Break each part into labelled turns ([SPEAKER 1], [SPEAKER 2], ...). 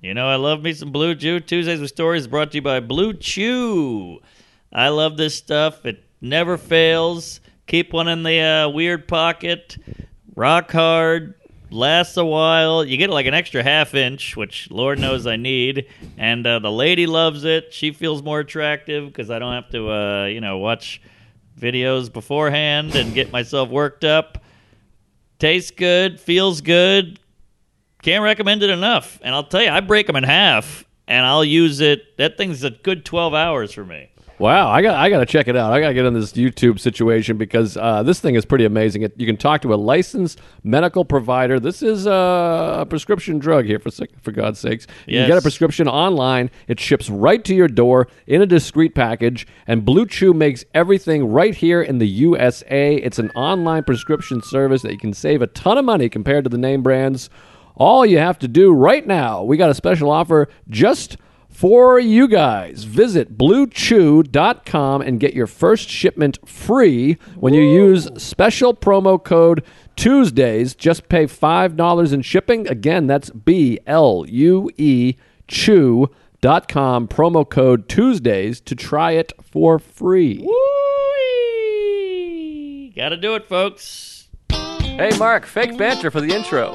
[SPEAKER 1] You know, I love me some Blue Chew. Tuesdays with Stories is brought to you by Blue Chew. I love this stuff. It never fails. Keep one in the uh, weird pocket. Rock hard. Lasts a while. You get like an extra half inch, which Lord knows I need. And uh, the lady loves it. She feels more attractive because I don't have to, uh, you know, watch videos beforehand and get myself worked up. Tastes good. Feels good. Can't recommend it enough. And I'll tell you, I break them in half and I'll use it. That thing's a good 12 hours for me.
[SPEAKER 2] Wow, I got I got to check it out. I got to get on this YouTube situation because uh, this thing is pretty amazing. It, you can talk to a licensed medical provider. This is uh, a prescription drug here for sec- for God's sakes. You
[SPEAKER 1] Yes.
[SPEAKER 2] get a prescription online. It ships right to your door in a discreet package, and Blue Chew makes everything right here in the USA. It's an online prescription service that you can save a ton of money compared to the name brands. All you have to do right now, we got a special offer just for you guys. Visit bluechew.com and get your first shipment free when you use special promo code Tuesdays. Just pay $5 in shipping. Again, that's B L U E chew.com promo code Tuesdays to try it for free.
[SPEAKER 1] Gotta do it, folks.
[SPEAKER 2] Hey Mark, fake banter for the intro.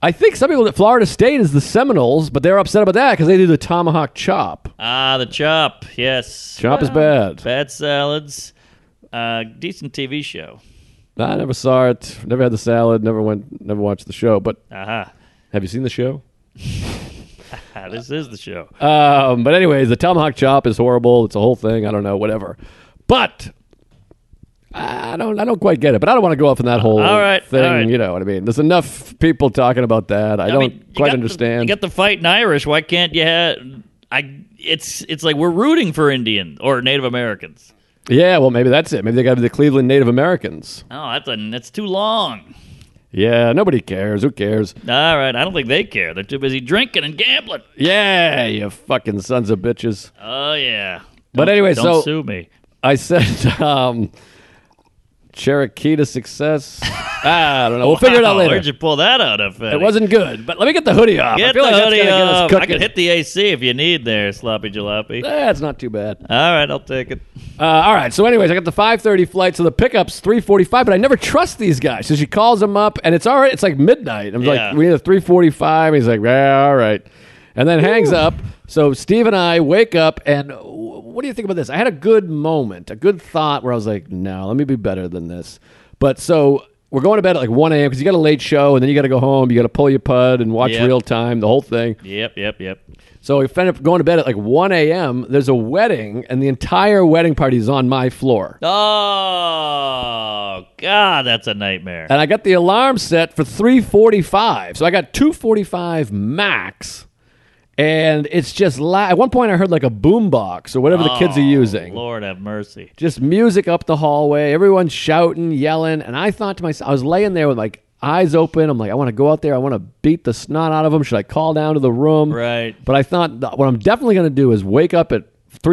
[SPEAKER 2] I think some people at Florida State is the Seminoles, but they're upset about that because they do the tomahawk chop.
[SPEAKER 1] Ah, the Chop. Yes,
[SPEAKER 2] Chop is bad.
[SPEAKER 1] Bad salads. Uh, decent TV show.
[SPEAKER 2] I never saw it. Never had the salad. Never went. Never watched the show. But
[SPEAKER 1] Aha.
[SPEAKER 2] have you seen the show?
[SPEAKER 1] Ah, this is the show.
[SPEAKER 2] Um, but anyways, the tomahawk chop is horrible. It's a whole thing. I don't know, whatever. But I don't, I don't quite get it. But I don't want to go off in that whole
[SPEAKER 1] All right,
[SPEAKER 2] thing.
[SPEAKER 1] all right.
[SPEAKER 2] You know what I mean? There's enough people talking about that. I, don't
[SPEAKER 1] you got
[SPEAKER 2] quite
[SPEAKER 1] the-
[SPEAKER 2] understand.
[SPEAKER 1] you got the fighting Irish. Why can't you have I it's it's like we're rooting for Indian or Native Americans.
[SPEAKER 2] Yeah, well, maybe that's it. Maybe they got to the Cleveland Native Americans.
[SPEAKER 1] Oh, that's a, that's too long.
[SPEAKER 2] Yeah, nobody cares. Who cares?
[SPEAKER 1] All right, I don't think they care. They're too busy drinking and gambling.
[SPEAKER 2] Yeah, you fucking sons of bitches.
[SPEAKER 1] Oh yeah.
[SPEAKER 2] But anyway,
[SPEAKER 1] don't
[SPEAKER 2] so
[SPEAKER 1] sue me.
[SPEAKER 2] I said um, Cherokee to success. ah, I don't know. We'll figure it out
[SPEAKER 1] Wow,
[SPEAKER 2] later.
[SPEAKER 1] Where'd you pull that out of? Eddie?
[SPEAKER 2] It wasn't good, but let me get the hoodie off. I
[SPEAKER 1] Get
[SPEAKER 2] feel
[SPEAKER 1] the
[SPEAKER 2] like that's
[SPEAKER 1] hoodie
[SPEAKER 2] gonna get us
[SPEAKER 1] up. I
[SPEAKER 2] cooking.
[SPEAKER 1] could hit the AC if you need there, sloppy jalopy.
[SPEAKER 2] That's not too bad.
[SPEAKER 1] All right, I'll take it.
[SPEAKER 2] Uh, all right. So, anyways, I got the 5:30 flight, so the pickup's 3:45. But I never trust these guys. So she calls him up, and it's all right. It's like midnight. I'm
[SPEAKER 1] Yeah.
[SPEAKER 2] like, we need a 3:45. He's like, yeah, all right, and then hangs up. So Steve and I wake up, and w- what do you think about this? I had a good moment, a good thought where I was like, no, let me be better than this. But so we're going to bed at like 1 a.m. because you got a late show, and then you got to go home. You got to pull your pud and watch
[SPEAKER 1] Yep.
[SPEAKER 2] real time, the whole thing.
[SPEAKER 1] Yep, yep, yep.
[SPEAKER 2] So we ended up going to bed at like 1 a.m. There's a wedding, and the entire wedding party is on my floor.
[SPEAKER 1] Oh God, that's a nightmare.
[SPEAKER 2] And I got the alarm set for 3:45, so I got 2:45 max. And it's just la- at one point I heard like a boombox or whatever the kids are using,
[SPEAKER 1] Oh, Lord have mercy.
[SPEAKER 2] just music up the hallway, everyone shouting, yelling, and I thought to myself, I was laying there with like eyes open. I'm like, I want to go out there, I want to beat the snot out of them. Should I call down to the room?
[SPEAKER 1] Right.
[SPEAKER 2] But I thought th- what I'm definitely going to do is wake up at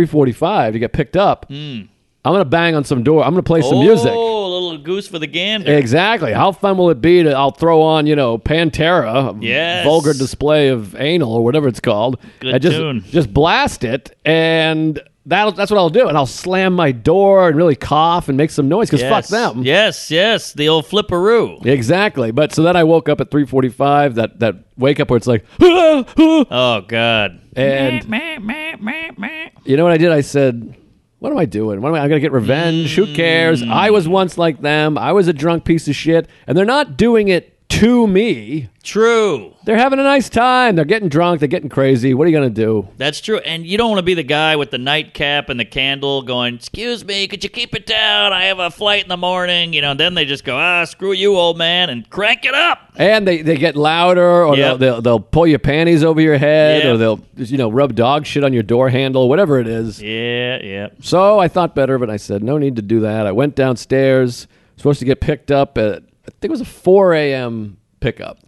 [SPEAKER 2] 3:45 to get picked up. I'm going to bang on some door. I'm going to play some music.
[SPEAKER 1] Hmm. Oh, a little goose for the gander.
[SPEAKER 2] Exactly. How fun will it be to? I'll throw on you know Pantera,
[SPEAKER 1] Yes.
[SPEAKER 2] vulgar display of anal or whatever it's called.
[SPEAKER 1] Good
[SPEAKER 2] and just
[SPEAKER 1] tune.
[SPEAKER 2] just blast it, and that that's what I'll do. And I'll slam my door and really cough and make some noise because
[SPEAKER 1] yes.
[SPEAKER 2] fuck them.
[SPEAKER 1] Yes, yes, the old flipperoo.
[SPEAKER 2] Exactly. But so then I woke up at three forty five. That that wake up where it's like, "Ah, ah,"
[SPEAKER 1] Oh God.
[SPEAKER 2] and
[SPEAKER 1] Meh, meh, meh, meh.
[SPEAKER 2] You know what I did? I said, "What am I doing? What am I? I'm gonna get revenge.
[SPEAKER 1] Mm.
[SPEAKER 2] Who cares? I was once like them. I was a drunk piece of shit, and they're not doing it to me.
[SPEAKER 1] True.
[SPEAKER 2] They're having a nice time. They're getting drunk. They're getting crazy. What are you gonna do?
[SPEAKER 1] That's true. And you don't want to be the guy with the nightcap and the candle going, Excuse me, could you keep it down? I have a flight in the morning. You know, and then they just go, Ah, screw you, old man, and crank it up.
[SPEAKER 2] And they, they get louder, or
[SPEAKER 1] Yep.
[SPEAKER 2] they'll, they'll they'll pull your panties over your head,
[SPEAKER 1] Yep.
[SPEAKER 2] or they'll you know rub dog shit on your door handle, whatever it is.
[SPEAKER 1] Yeah, yeah.
[SPEAKER 2] So I thought better of it. I said, no need to do that. I went downstairs, supposed to get picked up at, I think it was a 4 a.m. pickup.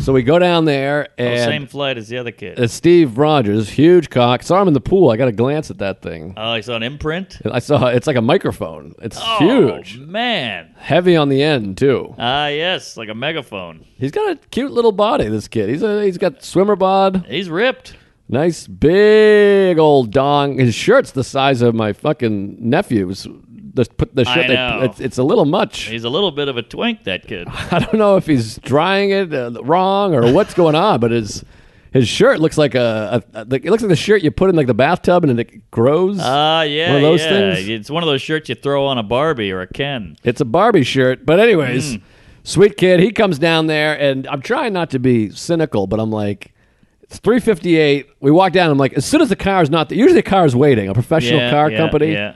[SPEAKER 2] So we go down there,
[SPEAKER 1] Oh,
[SPEAKER 2] and
[SPEAKER 1] same flight as the other kid.
[SPEAKER 2] It's Steve Rogers, huge cock. Saw him in the pool. I got a glance at that thing.
[SPEAKER 1] Oh, I saw an imprint.
[SPEAKER 2] I saw it's like a microphone. It's huge,
[SPEAKER 1] Oh, man.
[SPEAKER 2] heavy on the end too.
[SPEAKER 1] Ah, yes, like a megaphone.
[SPEAKER 2] He's got a cute little body. This kid. He's a, he's got swimmer bod,
[SPEAKER 1] He's ripped.
[SPEAKER 2] nice big old dong. His shirt's the size of my fucking nephew's. The, put the
[SPEAKER 1] I
[SPEAKER 2] shirt.
[SPEAKER 1] know.
[SPEAKER 2] They, it's, it's a little much.
[SPEAKER 1] He's a little bit of a twink, that kid.
[SPEAKER 2] I don't know if he's drying it uh, wrong or what's going on, but his his shirt looks like a, a, a it looks like the shirt you put in like the bathtub and it grows.
[SPEAKER 1] Ah, yeah.
[SPEAKER 2] One of those
[SPEAKER 1] yeah.
[SPEAKER 2] things?
[SPEAKER 1] It's one of those shirts you throw on a Barbie or a Ken.
[SPEAKER 2] It's a Barbie shirt. But anyways,
[SPEAKER 1] Mm.
[SPEAKER 2] sweet kid, he comes down there and I'm trying not to be cynical, but I'm like it's 358. We walk down. I'm like, as soon as the car's not there, usually the car's waiting, a professional
[SPEAKER 1] yeah,
[SPEAKER 2] car
[SPEAKER 1] yeah,
[SPEAKER 2] company.
[SPEAKER 1] Yeah.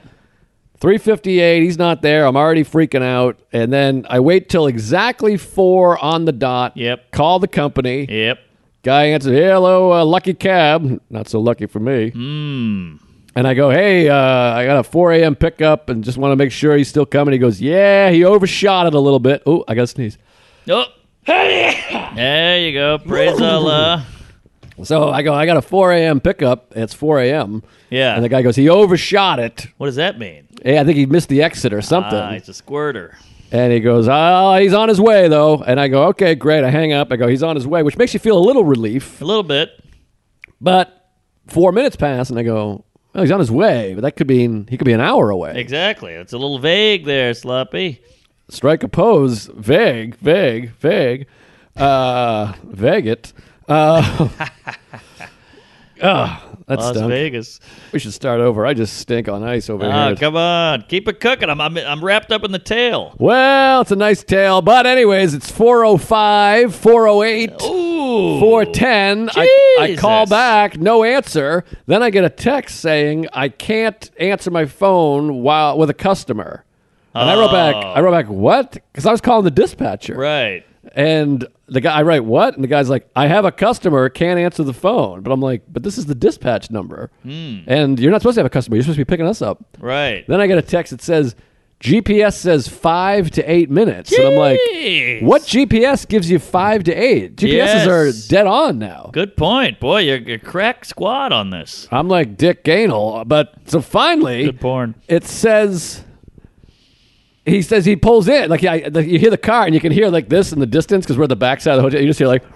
[SPEAKER 2] 358, he's not there. I'm already freaking out. And then I wait till exactly four on the dot.
[SPEAKER 1] Yep.
[SPEAKER 2] Call the company.
[SPEAKER 1] Yep.
[SPEAKER 2] Guy answers, hello, uh, lucky cab. Not so lucky for me. And I go, hey, uh, I got a 4 a.m. pickup and just want to make sure he's still coming. He goes, yeah, he overshot it a little bit. Oh, I got to sneeze.
[SPEAKER 1] Oh. there you go. Praise Allah.
[SPEAKER 2] So I go, I got a 4 a.m. pickup. It's 4 a.m.
[SPEAKER 1] Yeah.
[SPEAKER 2] And the guy goes, he overshot it.
[SPEAKER 1] What does that mean?
[SPEAKER 2] Hey, I think he missed the exit or something.
[SPEAKER 1] Ah, he's a squirter.
[SPEAKER 2] And he goes, oh, he's on his way, though. And I go, okay, great. I hang up. I go, he's on his way, which makes you feel a little relief.
[SPEAKER 1] A little bit.
[SPEAKER 2] But four minutes pass, and I go, oh, he's on his way. But that could mean he could be an hour away.
[SPEAKER 1] Exactly. It's a little vague there, Sloppy.
[SPEAKER 2] strike a pose vague vague vague uh vague it uh ah, that
[SPEAKER 1] Las
[SPEAKER 2] stunk.
[SPEAKER 1] Vegas.
[SPEAKER 2] We should start over. I just stink on ice over
[SPEAKER 1] Oh,
[SPEAKER 2] here.
[SPEAKER 1] come on. Keep it cooking. I'm, I'm, I'm wrapped up in the tail.
[SPEAKER 2] Well, it's a nice tale, but anyways, it's 405, 408,
[SPEAKER 1] Ooh.
[SPEAKER 2] 410. I, I call
[SPEAKER 1] Oh. Jesus.
[SPEAKER 2] back, no answer. Then I get a text saying I can't answer my phone while with a
[SPEAKER 1] Oh.
[SPEAKER 2] customer. And I wrote back, I wrote back, what? Because I was calling the dispatcher.
[SPEAKER 1] Right.
[SPEAKER 2] And the guy, I write, what? And the guy's like, I have a customer, can't answer the phone. But I'm like, but this is the dispatch number.
[SPEAKER 1] Hmm.
[SPEAKER 2] And you're not supposed to have a customer. You're supposed to be picking us up.
[SPEAKER 1] Right.
[SPEAKER 2] Then I get a text that says, GPS says five to eight minutes. And I'm like,
[SPEAKER 1] Jeez.
[SPEAKER 2] what GPS gives you five to eight? GPSs
[SPEAKER 1] Yes.
[SPEAKER 2] are dead on now.
[SPEAKER 1] Good point. Boy, you're a crack squad on this.
[SPEAKER 2] I'm like Dick Gainel, but so finally,
[SPEAKER 1] Good porn.
[SPEAKER 2] it says he says he pulls in like, I, like you hear the car and you can hear like this in the distance because we're at the backside of the hotel. You just hear like like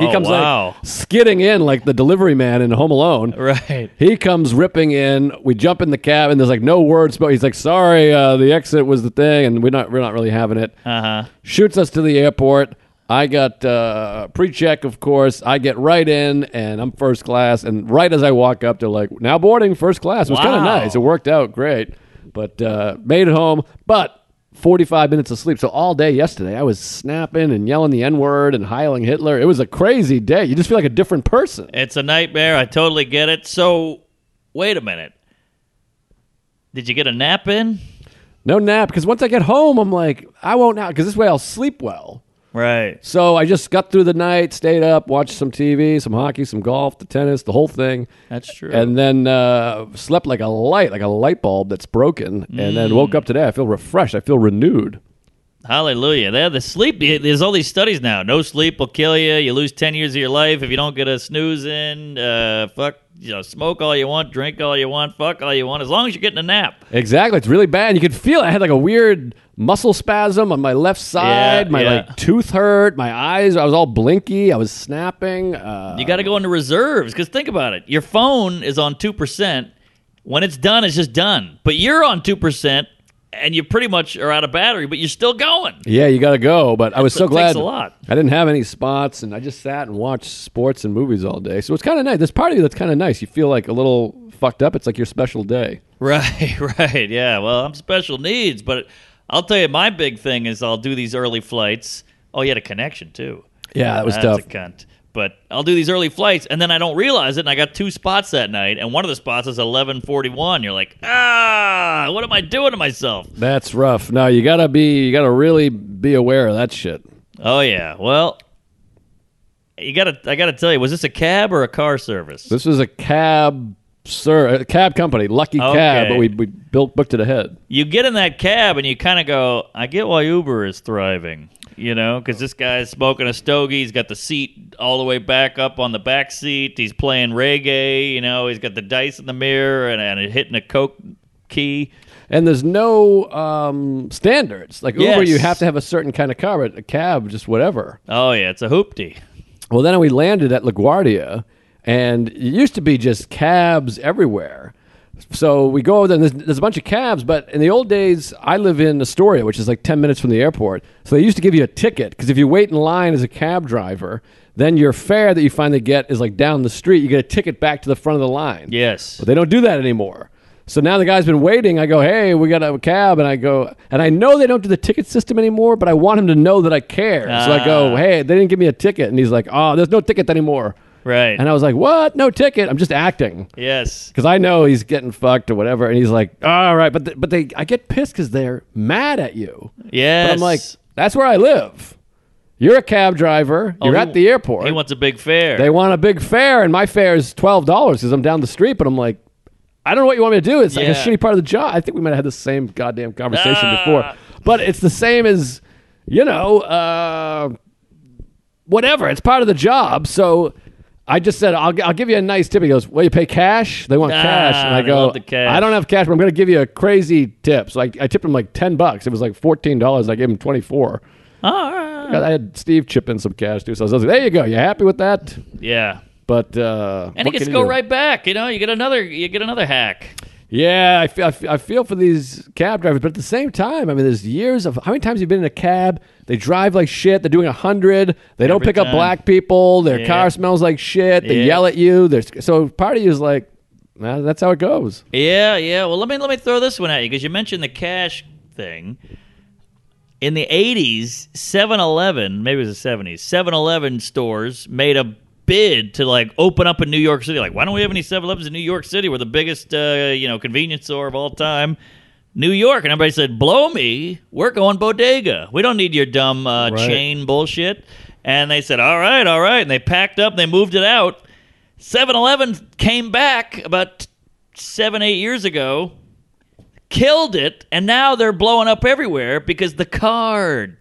[SPEAKER 2] he
[SPEAKER 1] Oh,
[SPEAKER 2] comes
[SPEAKER 1] wow.
[SPEAKER 2] like skidding in like the delivery man in Home Alone.
[SPEAKER 1] Right.
[SPEAKER 2] He comes ripping in. We jump in the cab and there's like no words, but he's like, "Sorry, uh, the exit was the thing," and we're not we're not really having it
[SPEAKER 1] Uh huh.
[SPEAKER 2] shoots us to the airport. I got uh, pre-check, of course. I get right in, and I'm first class. And right as I walk up, they're like, "Now boarding, first class." It was kind of
[SPEAKER 1] Wow.
[SPEAKER 2] nice. It worked out great, but uh, made it home. But 45 minutes of sleep. So all day yesterday, I was snapping and yelling the N-word and hiling Hitler. It was a crazy day. You just feel like a different person.
[SPEAKER 1] It's a nightmare. I totally get it. So, wait a minute. Did you get a nap in?
[SPEAKER 2] No nap because once I get home, I'm like, I won't now because this way I'll sleep well.
[SPEAKER 1] Right.
[SPEAKER 2] So I just got through the night, stayed up, watched some TV, some hockey, some golf, the tennis, the whole thing.
[SPEAKER 1] That's true.
[SPEAKER 2] And then uh, slept like a light, like a light bulb that's broken. And then woke up today. I feel refreshed. I feel renewed.
[SPEAKER 1] Hallelujah. They're the sleep. There's all these studies now. No sleep will kill you. You lose 10 years of your life if you don't get a snooze in. Uh, fuck, you know, smoke all you want, drink all you want, fuck all you want, as long as you're getting a nap.
[SPEAKER 2] Exactly. It's really bad. You could feel it. I had like a weird muscle spasm on my left side.
[SPEAKER 1] Yeah,
[SPEAKER 2] my
[SPEAKER 1] yeah.
[SPEAKER 2] like tooth hurt. My eyes. I was all blinky. I was snapping. Uh,
[SPEAKER 1] You got to go into reserves because think about it. Your phone is on 2%. When it's done, it's just done. But you're on 2%. And you pretty much are out of battery, but you're still going.
[SPEAKER 2] yeah, you got to go. But I was so
[SPEAKER 1] It
[SPEAKER 2] glad.
[SPEAKER 1] takes a lot.
[SPEAKER 2] I didn't have any spots, and I just sat and watched sports and movies all day. So it's kind of nice. There's part of you that's kind of nice. You feel like a little fucked up. It's like your special day.
[SPEAKER 1] Right, right. Yeah. Well, I'm special needs, but I'll tell you, my big thing is I'll do these early flights. Oh, you had a connection too.
[SPEAKER 2] Yeah, that was
[SPEAKER 1] That's
[SPEAKER 2] tough.
[SPEAKER 1] a cunt. But I'll do these early flights, and then I don't realize it, and I got two spots that night, and one of the spots is 11:41. You're like, ah, what am I doing to myself?
[SPEAKER 2] That's rough. No, you gotta be, you gotta really be aware of that shit.
[SPEAKER 1] Oh yeah. Well, you gotta, I gotta tell you, was this a cab or a car service?
[SPEAKER 2] This was a cab, sir, a cab company, Lucky Cab,
[SPEAKER 1] Okay.
[SPEAKER 2] but we we built booked it ahead.
[SPEAKER 1] you get in that cab and you kind of go, I get why Uber is thriving, you know, because this guy's smoking a stogie. He's got the seat all the way back up on the back seat. He's playing reggae, you know, he's got the dice in the mirror and, and hitting a Coke key.
[SPEAKER 2] And there's no um, standards like Uber.
[SPEAKER 1] Yes.
[SPEAKER 2] You have to have a certain kind of car, but a cab, just whatever.
[SPEAKER 1] Oh, yeah, it's a hoopty.
[SPEAKER 2] Well, then we landed at LaGuardia, and it used to be just cabs everywhere. So we go over there, and there's, there's a bunch of cabs, but in the old days, I live in Astoria, which is like 10 minutes from the airport. So they used to give you a ticket, because if you wait in line as a cab driver, then your fare that you finally get is like down the street. You get a ticket back to the front of the line.
[SPEAKER 1] Yes.
[SPEAKER 2] But they don't do that anymore. So now the guy's been waiting. I go, hey, we got a cab, and I go, and I know they don't do the ticket system anymore, but I want him to know that I care. so I go,
[SPEAKER 1] Ah.
[SPEAKER 2] hey, they didn't give me a ticket, and he's like, oh, there's no ticket anymore.
[SPEAKER 1] Right.
[SPEAKER 2] And I was like, what? No ticket? I'm just acting
[SPEAKER 1] yes.
[SPEAKER 2] because I know he's getting fucked or whatever. And he's like, all right, but th- but they, I get pissed because they're mad at you.
[SPEAKER 1] Yes.
[SPEAKER 2] But I'm like, that's where I live. You're a cab driver. You're
[SPEAKER 1] he-
[SPEAKER 2] at the airport.
[SPEAKER 1] he wants a big fare.
[SPEAKER 2] They want a big fare, and my fare is twelve dollars because I'm down the street. But I'm like, I don't know what you want me to do. It's like
[SPEAKER 1] Yeah.
[SPEAKER 2] a shitty part of the job. I think we might have had the same goddamn conversation
[SPEAKER 1] Ah.
[SPEAKER 2] before, but it's the same as you know, uh, whatever. It's part of the job. So I just said, I'll, I'll give you a nice tip. He goes, Well, you pay cash? They want
[SPEAKER 1] Ah,
[SPEAKER 2] cash, and I
[SPEAKER 1] they
[SPEAKER 2] go,
[SPEAKER 1] love the cash.
[SPEAKER 2] I don't have cash, but I'm going to give you a crazy tip. So I, I tipped him like ten bucks. It was like fourteen dollars. I gave him twenty four.
[SPEAKER 1] All right.
[SPEAKER 2] I had Steve chip in some cash too. So I was like, There you go. You happy with that?
[SPEAKER 1] Yeah.
[SPEAKER 2] But uh,
[SPEAKER 1] And
[SPEAKER 2] what
[SPEAKER 1] he gets
[SPEAKER 2] can
[SPEAKER 1] to go
[SPEAKER 2] do?
[SPEAKER 1] right back, you know. You get another, you get another hack.
[SPEAKER 2] Yeah, I feel, I feel I feel for these cab drivers, but at the same time, I mean, there's years of how many times you've been in a cab? They drive like shit. They're doing a hundred. They don't
[SPEAKER 1] Every
[SPEAKER 2] pick
[SPEAKER 1] time.
[SPEAKER 2] up black people. Their
[SPEAKER 1] Yeah.
[SPEAKER 2] car smells like shit. They
[SPEAKER 1] Yeah.
[SPEAKER 2] yell at you. There's so part of you is like, nah, that's how it goes.
[SPEAKER 1] Yeah, yeah. Well, let me let me throw this one at you because you mentioned the cash thing. In the 80s, 7-Eleven, maybe it was the 70s, 7-Eleven stores made a bid to like open up in New York City. Like, why don't we have any 7-Elevens in New York City? We're the biggest, uh, you know, convenience store of all time. New York, and everybody said, "Blow me, we're going bodega. We don't need your dumb uh,
[SPEAKER 2] Right.
[SPEAKER 1] chain bullshit." And they said, "All right, all right," and they packed up, and they moved it out. 7-Eleven came back about seven, eight years ago, killed it, and now they're blowing up everywhere because the card,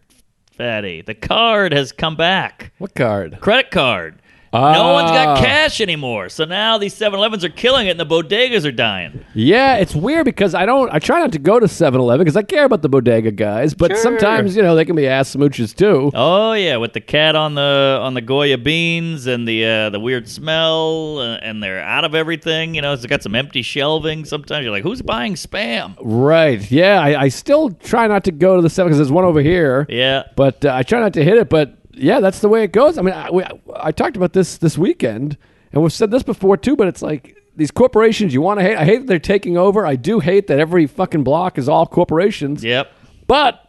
[SPEAKER 1] fatty, the card has come back
[SPEAKER 2] What card?
[SPEAKER 1] credit card. No one's got
[SPEAKER 2] Ah.
[SPEAKER 1] cash anymore. So now these 7-Elevens are killing it and the bodegas are dying.
[SPEAKER 2] Yeah, it's weird because I don't. I try not to go to 7-Eleven because I care about the bodega guys, but
[SPEAKER 1] Sure.
[SPEAKER 2] sometimes you know they can be ass smooches too.
[SPEAKER 1] Oh yeah, with the cat on the on the Goya beans and the uh, the weird smell uh, and they're out of everything, you know, it's got some empty shelving. Sometimes you're like, who's buying spam?
[SPEAKER 2] Right? Yeah, I, I still try not to go to the seven because there's one over here.
[SPEAKER 1] Yeah.
[SPEAKER 2] but uh, I try not to hit it. But yeah, that's the way it goes. I mean, I, we, I talked about this this weekend, and we've said this before too. But it's like these corporations you want to hate. I hate that they're taking over. I do hate that every fucking block is all corporations.
[SPEAKER 1] Yep.
[SPEAKER 2] But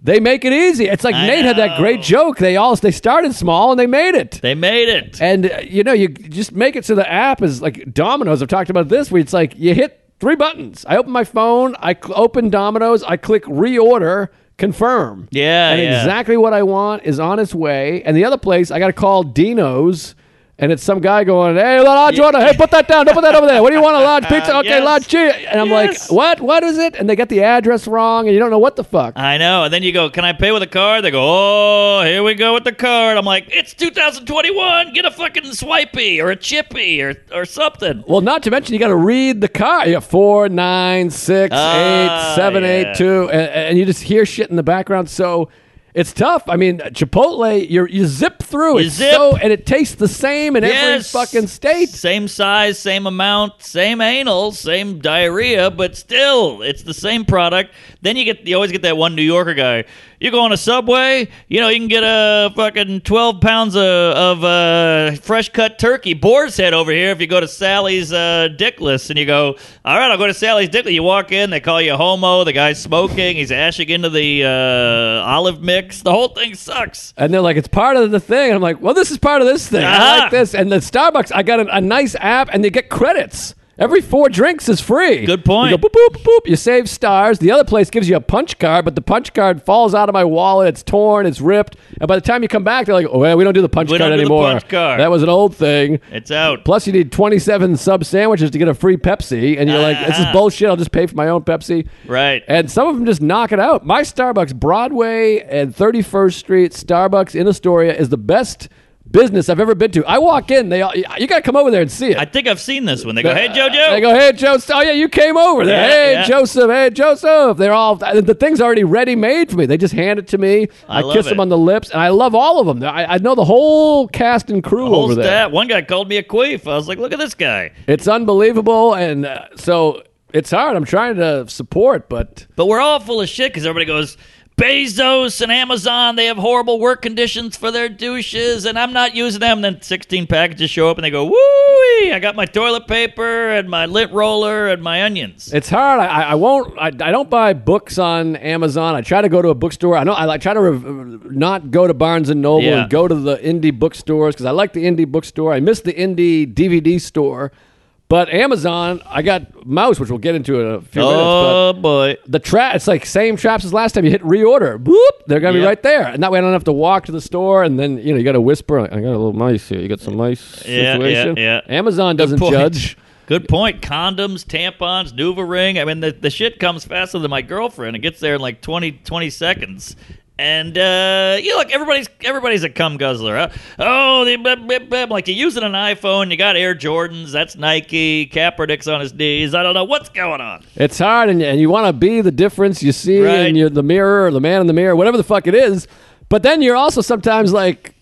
[SPEAKER 2] they make it easy. It's like
[SPEAKER 1] I
[SPEAKER 2] Nate had that great
[SPEAKER 1] know.
[SPEAKER 2] joke. They all they started small and they made it.
[SPEAKER 1] They made it.
[SPEAKER 2] And uh, you know, you just make it so the app is like Domino's. I've talked about this where it's like you hit three buttons. I open my phone, I cl- open Domino's, I click reorder, confirm.
[SPEAKER 1] Yeah,
[SPEAKER 2] and
[SPEAKER 1] yeah.
[SPEAKER 2] exactly what I want is on its way. And the other place, I got to call Dino's. And it's some guy going, "Hey, large order. Hey, put that down. Don't put that over there. What do you want? A large pizza? Okay,
[SPEAKER 1] Um, Yes.
[SPEAKER 2] large cheese." And I'm
[SPEAKER 1] Yes.
[SPEAKER 2] like, "What? What is it?" And they got the address wrong, and you don't know what the fuck.
[SPEAKER 1] I know. And then you go, "Can I pay with a card?" They go, "Oh, here we go with the card." I'm like, "It's 2021. Get a fucking swipey or a chippy or or something."
[SPEAKER 2] Well, not to mention you got to read the car. You got four, nine, six,
[SPEAKER 1] Ah,
[SPEAKER 2] eight, seven, eight,
[SPEAKER 1] yeah.
[SPEAKER 2] two, and, and you just hear shit in the background. So it's tough. I mean, Chipotle, you you zip through
[SPEAKER 1] You
[SPEAKER 2] it,
[SPEAKER 1] zip.
[SPEAKER 2] so and it tastes the same in every
[SPEAKER 1] Yes.
[SPEAKER 2] fucking state.
[SPEAKER 1] Same size, same amount, same anal, same diarrhea, but still, it's the same product. Then you get you always get that one New Yorker guy. You go on a subway, you know, you can get a fucking twelve pounds of, of uh, fresh cut turkey, boar's head over here if you go to Sally's uh, Dickless, and you go, all right, I'll go to Sally's Dickless. You walk in, they call you a homo. The guy's smoking, he's ashing into the uh, olive mix. The whole thing sucks.
[SPEAKER 2] And they're like, it's part of the thing. And I'm like, well, this is part of this thing.
[SPEAKER 1] Ah.
[SPEAKER 2] I like this. And the Starbucks, I got a, a nice app, and they get credits. Every four drinks is free.
[SPEAKER 1] Good point.
[SPEAKER 2] You go boop, boop, boop. You save stars. The other place gives you a punch card, but the punch card falls out of my wallet. It's torn. It's ripped. And by the time you come back, they're like, oh, well, we don't do the punch
[SPEAKER 1] We don't
[SPEAKER 2] card
[SPEAKER 1] do the
[SPEAKER 2] anymore.
[SPEAKER 1] punch card."
[SPEAKER 2] That was an old thing.
[SPEAKER 1] It's out.
[SPEAKER 2] Plus, you need 27 sub sandwiches to get a free Pepsi. And you're like, this is
[SPEAKER 1] Uh-huh.
[SPEAKER 2] bullshit. I'll just pay for my own Pepsi.
[SPEAKER 1] Right.
[SPEAKER 2] And some of them just knock it out. My Starbucks, Broadway and 31st Street, Starbucks in Astoria is the best business I've ever been to. I walk in, they all, you got to come over there and see it.
[SPEAKER 1] I think I've seen this one. They go, hey, JoJo.
[SPEAKER 2] They go, hey, Joseph. Oh, yeah, you came over there.
[SPEAKER 1] Yeah,
[SPEAKER 2] hey,
[SPEAKER 1] yeah.
[SPEAKER 2] Joseph. Hey, Joseph. They're all, the thing's already ready made for me. They just hand it to me.
[SPEAKER 1] I
[SPEAKER 2] I,
[SPEAKER 1] love
[SPEAKER 2] kiss
[SPEAKER 1] it.
[SPEAKER 2] them on the lips, and I love all of them. I, I know the whole cast and crew
[SPEAKER 1] whole
[SPEAKER 2] over there.
[SPEAKER 1] stat. One guy called me a queef. I was like, look at this guy.
[SPEAKER 2] It's unbelievable. And uh, so it's hard. I'm trying to support, but.
[SPEAKER 1] But we're all full of shit because everybody goes, Bezos and Amazon, they have horrible work conditions for their douches, and I'm not using them. then 16 packages show up and they go, woo I got my toilet paper and my lint roller and my onions.
[SPEAKER 2] It's hard. I- I, I won't. I, I don't buy books on Amazon. I try to go to a bookstore. I know. I like try to rev not go to Barnes and Noble
[SPEAKER 1] Yeah.
[SPEAKER 2] and go to the indie bookstores because I like the indie bookstore. I miss the indie DVD store. But Amazon, I got Mouse, which we'll get into in a few minutes.
[SPEAKER 1] Oh, boy.
[SPEAKER 2] But the trap, it's like same traps as last time. You hit reorder, boop, they're gonna
[SPEAKER 1] Yeah.
[SPEAKER 2] be right there, and that way I don't have to walk to the store and then you know you got to whisper. Like, I got a little mice here. You got some mice
[SPEAKER 1] Yeah, yeah,
[SPEAKER 2] situation.
[SPEAKER 1] yeah.
[SPEAKER 2] Amazon doesn't
[SPEAKER 1] point.
[SPEAKER 2] judge.
[SPEAKER 1] Good point. Condoms, tampons, NuvaRing. I mean, the, the shit comes faster than my girlfriend. It gets there in like 20, 20 seconds. And uh, you look, everybody's everybody's a cum guzzler. Huh? Oh, they, blah, blah, blah. like you're using an iPhone. You got Air Jordans. That's Nike. Kaepernick's on his knees. I don't know what's going on.
[SPEAKER 2] It's hard, and, and you want to be the difference you see
[SPEAKER 1] Right.
[SPEAKER 2] in your, the mirror or the man in the mirror, whatever the fuck it is. But then you're also sometimes like,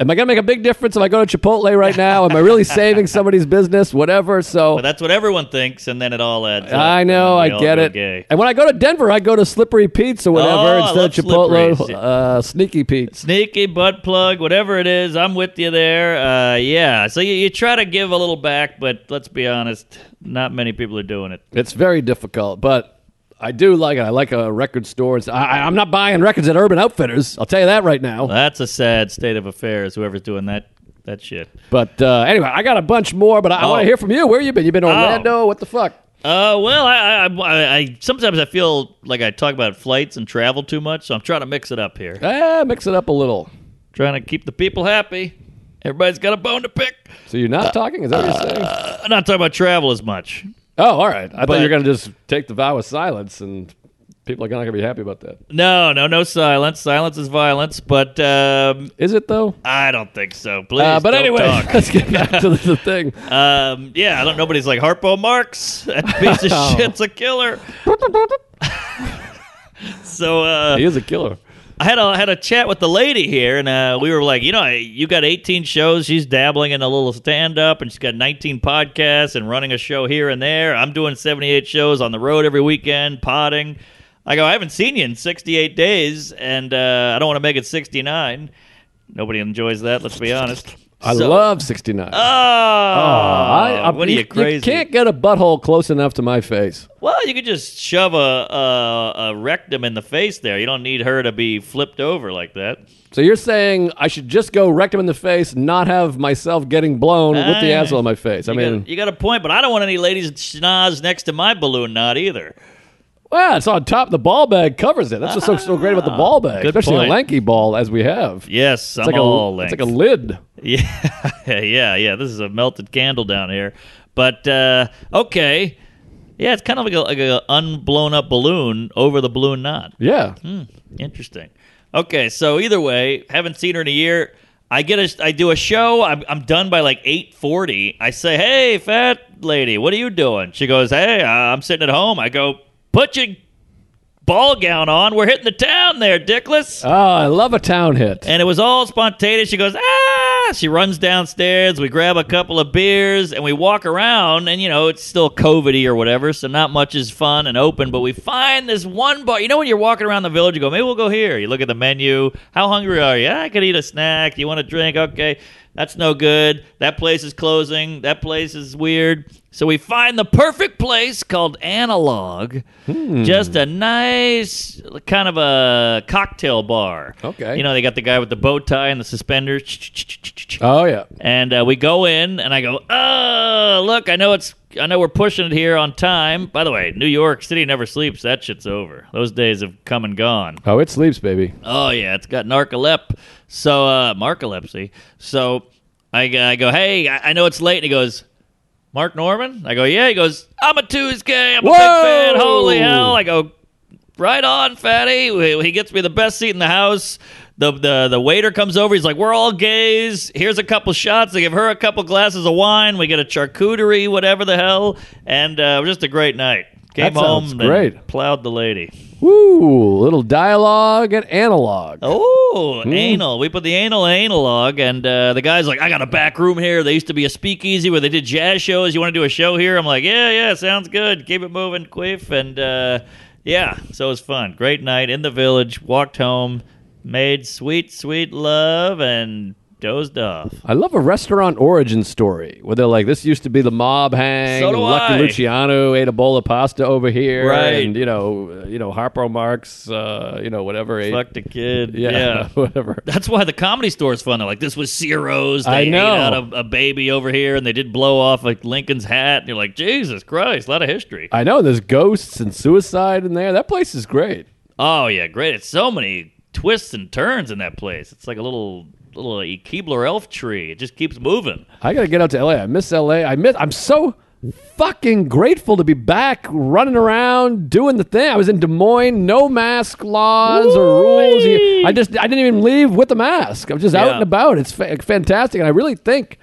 [SPEAKER 2] am I going to make a big difference if I go to Chipotle right now? Am I really saving somebody's business? Whatever. So
[SPEAKER 1] But that's what everyone thinks, and then it all adds. up.
[SPEAKER 2] I know,
[SPEAKER 1] We
[SPEAKER 2] I
[SPEAKER 1] all
[SPEAKER 2] get
[SPEAKER 1] go
[SPEAKER 2] it.
[SPEAKER 1] gay.
[SPEAKER 2] And when I go to Denver, I go to Slippery Pete's or whatever
[SPEAKER 1] Oh, I
[SPEAKER 2] instead of
[SPEAKER 1] love Slippery's.
[SPEAKER 2] Chipotle, uh, Sneaky Pete's.
[SPEAKER 1] Sneaky butt plug, whatever it is, I'm with you there. Uh, yeah, so you, you try to give a little back, but let's be honest, not many people are doing it.
[SPEAKER 2] It's very difficult, but. I do like it. I like a record store. It's- I, I- I'm not buying records at Urban Outfitters. I'll tell you that right now.
[SPEAKER 1] That's a sad state of affairs. Whoever's doing that that shit.
[SPEAKER 2] But uh, anyway, I got a bunch more, but I,
[SPEAKER 1] Oh.
[SPEAKER 2] want to hear from you. Where you been? You been to Orlando? What the fuck?
[SPEAKER 1] Uh, well, I, I, I, I sometimes I feel like I talk about flights and travel too much, so I'm trying to mix it up here.
[SPEAKER 2] Ah, mix it up a little.
[SPEAKER 1] Trying to keep the people happy. Everybody's got a bone to pick.
[SPEAKER 2] So you're not talking? Is that what you're saying?
[SPEAKER 1] Uh, I'm not talking about travel as much.
[SPEAKER 2] Oh, all right. I thought you were
[SPEAKER 1] but-
[SPEAKER 2] going to just take the vow of silence, and people are not going to be happy about that.
[SPEAKER 1] No, no, no silence. Silence is violence, but um,
[SPEAKER 2] Is it though?
[SPEAKER 1] I don't think so. Please,
[SPEAKER 2] Uh, but
[SPEAKER 1] don't
[SPEAKER 2] anyway,
[SPEAKER 1] talk.
[SPEAKER 2] let's get back to the thing.
[SPEAKER 1] Um, yeah, I don't. Nobody's like Harpo Marx. That piece
[SPEAKER 2] Oh.
[SPEAKER 1] of shit's a killer. so uh,
[SPEAKER 2] He is a killer.
[SPEAKER 1] I had a I had a chat with the lady here, and uh, we were like, you know, I, you got 18 shows. She's dabbling in a little stand up, and she's got 19 podcasts and running a show here and there. I'm doing 78 shows on the road every weekend, potting. I go, I haven't seen you in 68 days, and uh, I don't want to make it 69. Nobody enjoys that. Let's be honest.
[SPEAKER 2] I
[SPEAKER 1] So-
[SPEAKER 2] love 69.
[SPEAKER 1] Oh,
[SPEAKER 2] Oh, I- I-
[SPEAKER 1] what are you, crazy?
[SPEAKER 2] can't get a butthole close enough to my face.
[SPEAKER 1] Well, you could just shove a, a a rectum in the face there. You don't need her to be flipped over like that.
[SPEAKER 2] So you're saying I should just go rectum in the face, not have myself getting blown with the
[SPEAKER 1] Ah,
[SPEAKER 2] asshole in my face. I
[SPEAKER 1] You got-
[SPEAKER 2] mean,
[SPEAKER 1] you got a point, but I don't want any ladies schnoz next to my balloon knot either.
[SPEAKER 2] well, it's on top. The ball bag covers it. That's what's so, so great about the ball bag,
[SPEAKER 1] Ah, good
[SPEAKER 2] especially
[SPEAKER 1] point.
[SPEAKER 2] a lanky ball as we have.
[SPEAKER 1] Yes, I'm
[SPEAKER 2] It's like,
[SPEAKER 1] all
[SPEAKER 2] a,
[SPEAKER 1] length.
[SPEAKER 2] it's like a lid.
[SPEAKER 1] yeah, yeah, yeah. This is a melted candle down here. But uh, okay, yeah, it's kind of like a, like a unblown up balloon over the balloon knot.
[SPEAKER 2] Yeah.
[SPEAKER 1] Hmm. Interesting. Okay, so either way, haven't seen her in a year. I get a, I do a show. I'm, I'm done by like eight forty. I say, "Hey, fat lady, what are you doing?" She goes, "Hey, uh, I'm sitting at home." I go, "Put your ball gown on. We're hitting the town there, Dickless."
[SPEAKER 2] Oh, I love a town hit.
[SPEAKER 1] and it was all spontaneous. She goes, "Ah!" She runs downstairs. We grab a couple of beers and we walk around. And you know, it's still COVIDy or whatever, so not much is fun and open. But we find this one bar. You know, when you're walking around the village, you go, "Maybe we'll go here." You look at the menu. How hungry are you? "Ah, I could eat a snack. You want a drink? Okay. That's no good. That place is closing. That place is weird. So we find the perfect place called Analog. Just a nice kind of a cocktail bar.
[SPEAKER 2] Okay.
[SPEAKER 1] You know, they got the guy with the bow tie and the suspenders.
[SPEAKER 2] Oh, yeah.
[SPEAKER 1] And uh, we go in, and I go, "Oh, look! I know it's, I know we're pushing it here on time." By the way, New York City never sleeps. That shit's over. Those days have come and gone.
[SPEAKER 2] Oh, it sleeps, baby.
[SPEAKER 1] Oh yeah, it's got narcolep. So uh, narcolepsy. So I, I go, hey, I, I know it's late. And he goes, Mark Norman. I go, yeah. He goes, I'm a Tuesday. I'm a
[SPEAKER 2] Whoa!
[SPEAKER 1] big fan. Holy hell! I go, right on, fatty. He he gets me the best seat in the house. The, the the waiter comes over. He's like, "We're all gays. Here's a couple shots. They give her a couple glasses of wine. We get a charcuterie, whatever the hell, and uh, it was just a great night. Came
[SPEAKER 2] That
[SPEAKER 1] home,
[SPEAKER 2] sounds
[SPEAKER 1] and
[SPEAKER 2] great.
[SPEAKER 1] plowed the lady.
[SPEAKER 2] Woo! Little dialogue and analog.
[SPEAKER 1] Oh,
[SPEAKER 2] Hmm.
[SPEAKER 1] anal. We put the anal analog, and uh, the guy's like, I got a back room here. They used to be a speakeasy where they did jazz shows. You want to do a show here? I'm like, yeah, yeah, sounds good. Keep it moving, Queef. And uh, yeah, so it was fun. Great night in the village. Walked home, made sweet, sweet love, and dozed off.
[SPEAKER 2] I love a restaurant origin story where they're like, "This used to be the mob hang.
[SPEAKER 1] So do
[SPEAKER 2] and Lucky
[SPEAKER 1] I."
[SPEAKER 2] Luciano ate a bowl of pasta over here,
[SPEAKER 1] Right.
[SPEAKER 2] And you know, uh, you know, Harpo Marx, uh, you know, whatever. ate-
[SPEAKER 1] Fucked a kid.
[SPEAKER 2] yeah,
[SPEAKER 1] yeah.
[SPEAKER 2] whatever.
[SPEAKER 1] That's why the comedy store is fun. They're like, this was Ciro's. They
[SPEAKER 2] I know.
[SPEAKER 1] ate out a, a baby over here, and they did blow off like Lincoln's hat. And you're like, Jesus Christ, a lot of history.
[SPEAKER 2] I know there's ghosts and suicide in there. That place is great.
[SPEAKER 1] Oh yeah, great! It's so many twists and turns in that place. It's like a little little Keebler elf tree. It just keeps moving.
[SPEAKER 2] I gotta get out to L.A. I miss L.A. I miss. I'm so fucking grateful to be back running around doing the thing. I was in Des Moines, no mask laws or rules. You- I just I didn't even leave with a mask. I'm just out
[SPEAKER 1] Yeah.
[SPEAKER 2] and about. It's fa- fantastic, and I really think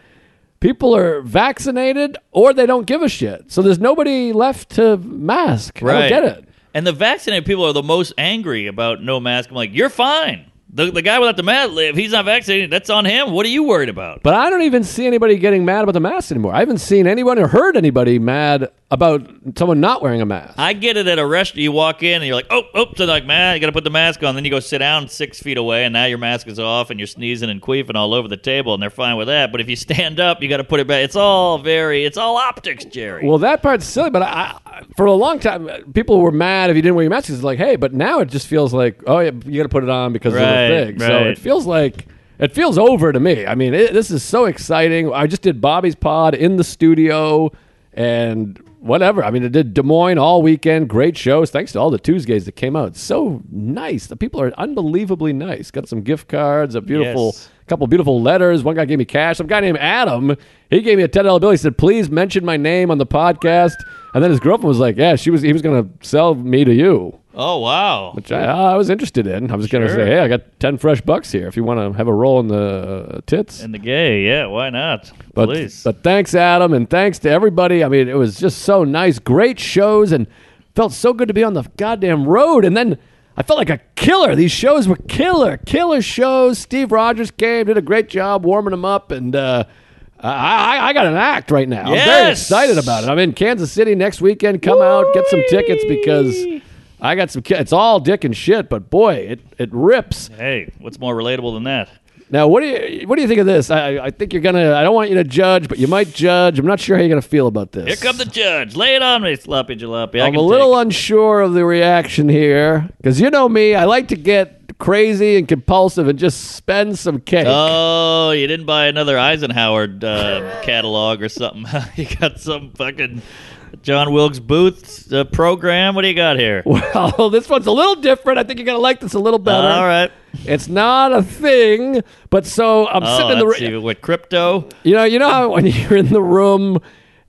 [SPEAKER 2] people are vaccinated or they don't give a shit. So there's nobody left to mask. I don't get it.
[SPEAKER 1] And the vaccinated people are the most angry about no mask. I'm like, you're fine. The, the guy without the mask, if he's not vaccinated, that's on him. What are you worried about?
[SPEAKER 2] But I don't even see anybody getting mad about the mask anymore. I haven't seen anyone or heard anybody mad about someone not wearing a mask.
[SPEAKER 1] I get it at a restaurant. You walk in and you're like, oh, oh, so they're like, man, you got to put the mask on. Then you go sit down six feet away, and now your mask is off, and you're sneezing and queefing all over the table, and they're fine with that. But if you stand up, you got to put it back. It's all very, it's all optics, Jerry.
[SPEAKER 2] Well, that part's silly, but I, I, for a long time, uh, people were mad if you didn't wear your mask. It's like, hey, but now it just feels like, oh, yeah, you got to put it on because
[SPEAKER 1] Right,
[SPEAKER 2] of the thing. So
[SPEAKER 1] right.
[SPEAKER 2] it feels like it feels over to me. I mean, it, this is so exciting. I just did Bobby's pod in the studio. and whatever. I mean, it did Des Moines all weekend. Great shows. Thanks to all the Tuesdays that came out. So nice. The people are unbelievably nice. Got some gift cards, a beautiful
[SPEAKER 1] Yes.
[SPEAKER 2] couple beautiful letters. One guy gave me cash. Some guy named Adam, he gave me a ten dollar bill. He said, "Please mention my name on the podcast." And then his girlfriend was like, "Yeah, she was. He was going to sell me to you."
[SPEAKER 1] Oh wow.
[SPEAKER 2] Which I, uh, I was interested in. I was going to
[SPEAKER 1] Sure.
[SPEAKER 2] say, "Hey, I got ten fresh bucks here. If you want to have a roll in the uh, tits."
[SPEAKER 1] And the gay, yeah, why not?
[SPEAKER 2] But,
[SPEAKER 1] Please.
[SPEAKER 2] but thanks, Adam, and thanks to everybody. I mean, it was just so nice. Great shows, and felt so good to be on the goddamn road. And then I felt like a killer. These shows were killer, killer shows. Steve Rogers came, did a great job warming them up, and uh, I, I, I got an act right now. I'm very
[SPEAKER 1] Yes!
[SPEAKER 2] excited about it. I'm in Kansas City next weekend. Come out, get some tickets because. I got some. ki- It's all dick and shit, but boy, it, it rips.
[SPEAKER 1] hey, what's more relatable than that?
[SPEAKER 2] Now, what do you what do you think of this? I, I think you're gonna. I don't want you to judge, but you might judge. I'm not sure how you're gonna feel about this.
[SPEAKER 1] Here come the judge. Lay it on me, sloppy jalopy. I
[SPEAKER 2] I'm
[SPEAKER 1] can
[SPEAKER 2] a little unsure of the reaction here because you know me. I like to get crazy and compulsive and just spend some cake.
[SPEAKER 1] Take. Oh, you didn't buy another Eisenhower uh, catalog or something. you got some fucking John Wilkes Booth uh, program. What do you got here?
[SPEAKER 2] well, this one's a little different. I think you're gonna like this a little better.
[SPEAKER 1] All right.
[SPEAKER 2] It's not a thing, but so I'm
[SPEAKER 1] Oh,
[SPEAKER 2] sitting in the.
[SPEAKER 1] that's
[SPEAKER 2] ra-
[SPEAKER 1] even with crypto.
[SPEAKER 2] You know, you know how when you're in the room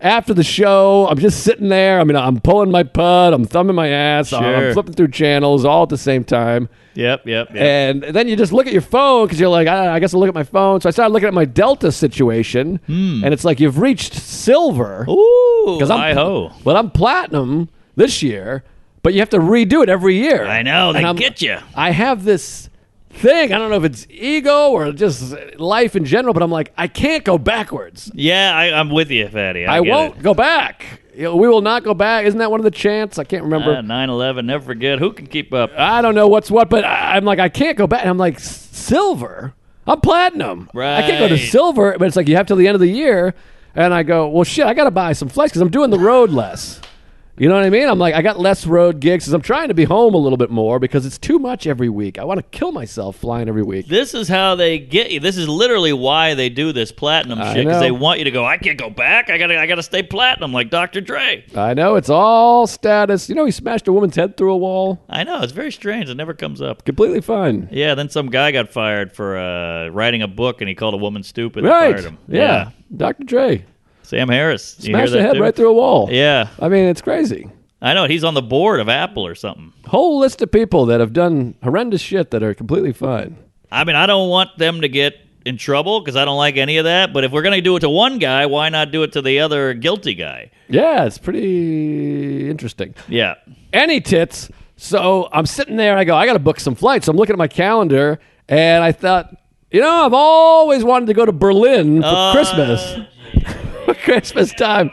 [SPEAKER 2] after the show, I'm just sitting there. I mean, I'm pulling my putt, I'm thumbing my ass, I'm-
[SPEAKER 1] Sure.
[SPEAKER 2] I'm flipping through channels all at the same time.
[SPEAKER 1] Yep, yep, yep.
[SPEAKER 2] And then you just look at your phone because you're like, "Ah, I, I guess I'll look at my phone. So I started looking at my Delta situation,
[SPEAKER 1] Hmm.
[SPEAKER 2] and it's like you've reached silver.
[SPEAKER 1] Oh, Ooh,
[SPEAKER 2] 'Cause I'm-
[SPEAKER 1] hi ho.
[SPEAKER 2] But I'm platinum this year, but you have to redo it every year.
[SPEAKER 1] I know they
[SPEAKER 2] And I'm-
[SPEAKER 1] get you.
[SPEAKER 2] I have this thing. I don't know if it's ego or just life in general, but I'm like, I can't go backwards.
[SPEAKER 1] Yeah, I, I'm with you, Fatty. I,
[SPEAKER 2] I
[SPEAKER 1] get
[SPEAKER 2] won't
[SPEAKER 1] it.
[SPEAKER 2] go back. You know, We will not go back. Isn't that one of the chants? I can't remember.
[SPEAKER 1] Ah, 9/11. Never forget. Who can keep up?
[SPEAKER 2] I don't know what's what, but I- I'm like, I can't go back. And I'm like, "S- silver? I'm platinum. I can't go to
[SPEAKER 1] Right.
[SPEAKER 2] silver, but it's like you have till the end of the year. And I go, well, shit, I got to buy some flights because I'm doing the road less. You know what I mean? I'm like, I got less road gigs because I'm trying to be home a little bit more because it's too much every week. I want to kill myself flying every week.
[SPEAKER 1] This is how they get you. This is literally why they do this platinum
[SPEAKER 2] I
[SPEAKER 1] shit because they
[SPEAKER 2] know.
[SPEAKER 1] want you to go. I can't go back. I gotta. I gotta stay platinum like Dr. Dre.
[SPEAKER 2] I know it's all status. You know, he smashed a woman's head through a wall.
[SPEAKER 1] I know it's very strange. It never comes up.
[SPEAKER 2] Completely fine.
[SPEAKER 1] Yeah. Then some guy got fired for uh, writing a book and he called a woman stupid. and
[SPEAKER 2] Right.
[SPEAKER 1] Fired him.
[SPEAKER 2] yeah. Dr. Dre.
[SPEAKER 1] Sam Harris. You hear
[SPEAKER 2] Smash the
[SPEAKER 1] that
[SPEAKER 2] head
[SPEAKER 1] too?
[SPEAKER 2] right through a wall.
[SPEAKER 1] Yeah.
[SPEAKER 2] I mean, it's crazy.
[SPEAKER 1] I know. He's on the board of Apple or something.
[SPEAKER 2] Whole list of people that have done horrendous shit that are completely fine.
[SPEAKER 1] I mean, I don't want them to get in trouble because I don't like any of that. But if we're gonna do it to one guy, why not do it to the other guilty guy?
[SPEAKER 2] Yeah, it's pretty interesting.
[SPEAKER 1] Yeah.
[SPEAKER 2] Any tits. So I'm sitting there and I go, I got to book some flights. So I'm looking at my calendar and I thought, you know, I've always wanted to go to Berlin for
[SPEAKER 1] Uh,
[SPEAKER 2] Christmas. for Christmas time.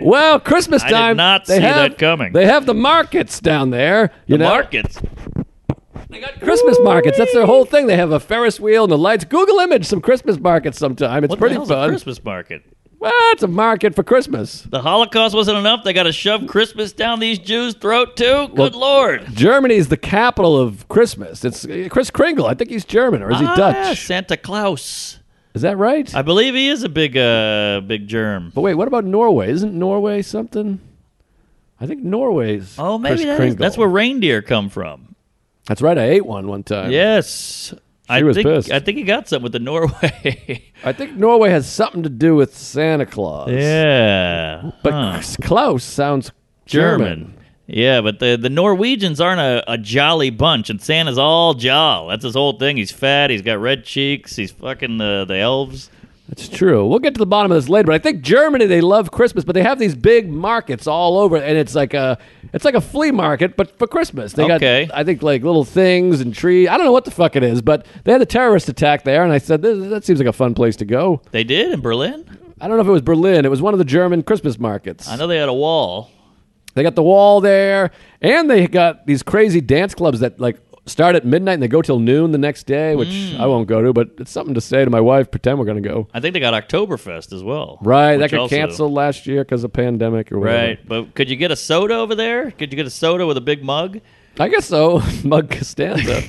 [SPEAKER 2] Well, Christmas
[SPEAKER 1] I
[SPEAKER 2] time.
[SPEAKER 1] did not
[SPEAKER 2] they
[SPEAKER 1] see
[SPEAKER 2] have,
[SPEAKER 1] that coming.
[SPEAKER 2] They have the markets down there. You know,
[SPEAKER 1] Markets.
[SPEAKER 2] They got Christmas markets. That's their whole thing. They have a Ferris wheel and the lights. Google image some Christmas markets sometime. It's
[SPEAKER 1] What
[SPEAKER 2] pretty
[SPEAKER 1] the hell's
[SPEAKER 2] fun.
[SPEAKER 1] a Christmas market?
[SPEAKER 2] Well, it's a market for Christmas.
[SPEAKER 1] The Holocaust wasn't enough. They got to shove Christmas down these Jews' throat too. Good lord!
[SPEAKER 2] Germany is the capital of Christmas. It's uh, Chris Kringle. I think he's German or is he
[SPEAKER 1] Ah,
[SPEAKER 2] Dutch?
[SPEAKER 1] Santa Claus.
[SPEAKER 2] Is that right?
[SPEAKER 1] I believe he is a big, uh, big germ.
[SPEAKER 2] but wait, what about Norway? Isn't Norway something? I think Norway's.
[SPEAKER 1] Oh, maybe
[SPEAKER 2] Chris
[SPEAKER 1] that is,
[SPEAKER 2] Kringle.
[SPEAKER 1] that's where reindeer come from.
[SPEAKER 2] That's right. I ate one one time.
[SPEAKER 1] Yes, I
[SPEAKER 2] was
[SPEAKER 1] think
[SPEAKER 2] pissed.
[SPEAKER 1] I think he got something with the Norway.
[SPEAKER 2] I think Norway has something to do with Santa Claus.
[SPEAKER 1] yeah,
[SPEAKER 2] But
[SPEAKER 1] Huh.
[SPEAKER 2] Chris Klaus sounds
[SPEAKER 1] German.
[SPEAKER 2] German.
[SPEAKER 1] Yeah, but the the Norwegians aren't a, a jolly bunch, and Santa's all joll. That's his whole thing. He's fat. He's got red cheeks. He's fucking the the elves.
[SPEAKER 2] That's true. We'll get to the bottom of this later, but I think Germany they love Christmas, but they have these big markets all over, and it's like a it's like a flea market, but for Christmas. They
[SPEAKER 1] Okay.
[SPEAKER 2] got I think like little things and tree. I don't know what the fuck it is, but they had a terrorist attack there, and I said this, that seems like a fun place to go.
[SPEAKER 1] They did in Berlin.
[SPEAKER 2] I don't know if it was Berlin. It was one of the German Christmas markets.
[SPEAKER 1] I know they had a wall.
[SPEAKER 2] They got the wall there, and they got these crazy dance clubs that like start at midnight and they go till noon the next day, which
[SPEAKER 1] Mm.
[SPEAKER 2] I won't go to, but it's something to say to my wife. Pretend we're gonna go.
[SPEAKER 1] I think they got Oktoberfest as well.
[SPEAKER 2] Right,
[SPEAKER 1] which
[SPEAKER 2] that got
[SPEAKER 1] also-
[SPEAKER 2] canceled last year because of pandemic or whatever.
[SPEAKER 1] Right, but could you get a soda over there? Could you get a soda with a big mug?
[SPEAKER 2] I guess so. Mug Costanza.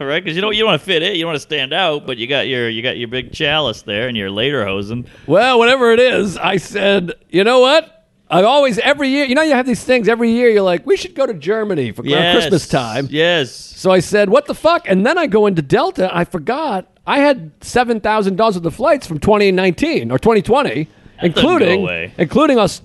[SPEAKER 1] right? Because you don't you want to fit in, you want to stand out, but you got your you got your big chalice there and your later hosen.
[SPEAKER 2] well, whatever it is, I said, you know what? I always every year, you know, you have these things every year. You're like, we should go to Germany for around
[SPEAKER 1] Yes.
[SPEAKER 2] Christmas time.
[SPEAKER 1] Yes.
[SPEAKER 2] So I said, what the fuck? And then I go into Delta. I forgot I had seven thousand dollars worth of flights from 2019 or
[SPEAKER 1] doesn't
[SPEAKER 2] 2020,
[SPEAKER 1] go
[SPEAKER 2] including
[SPEAKER 1] away.
[SPEAKER 2] including us.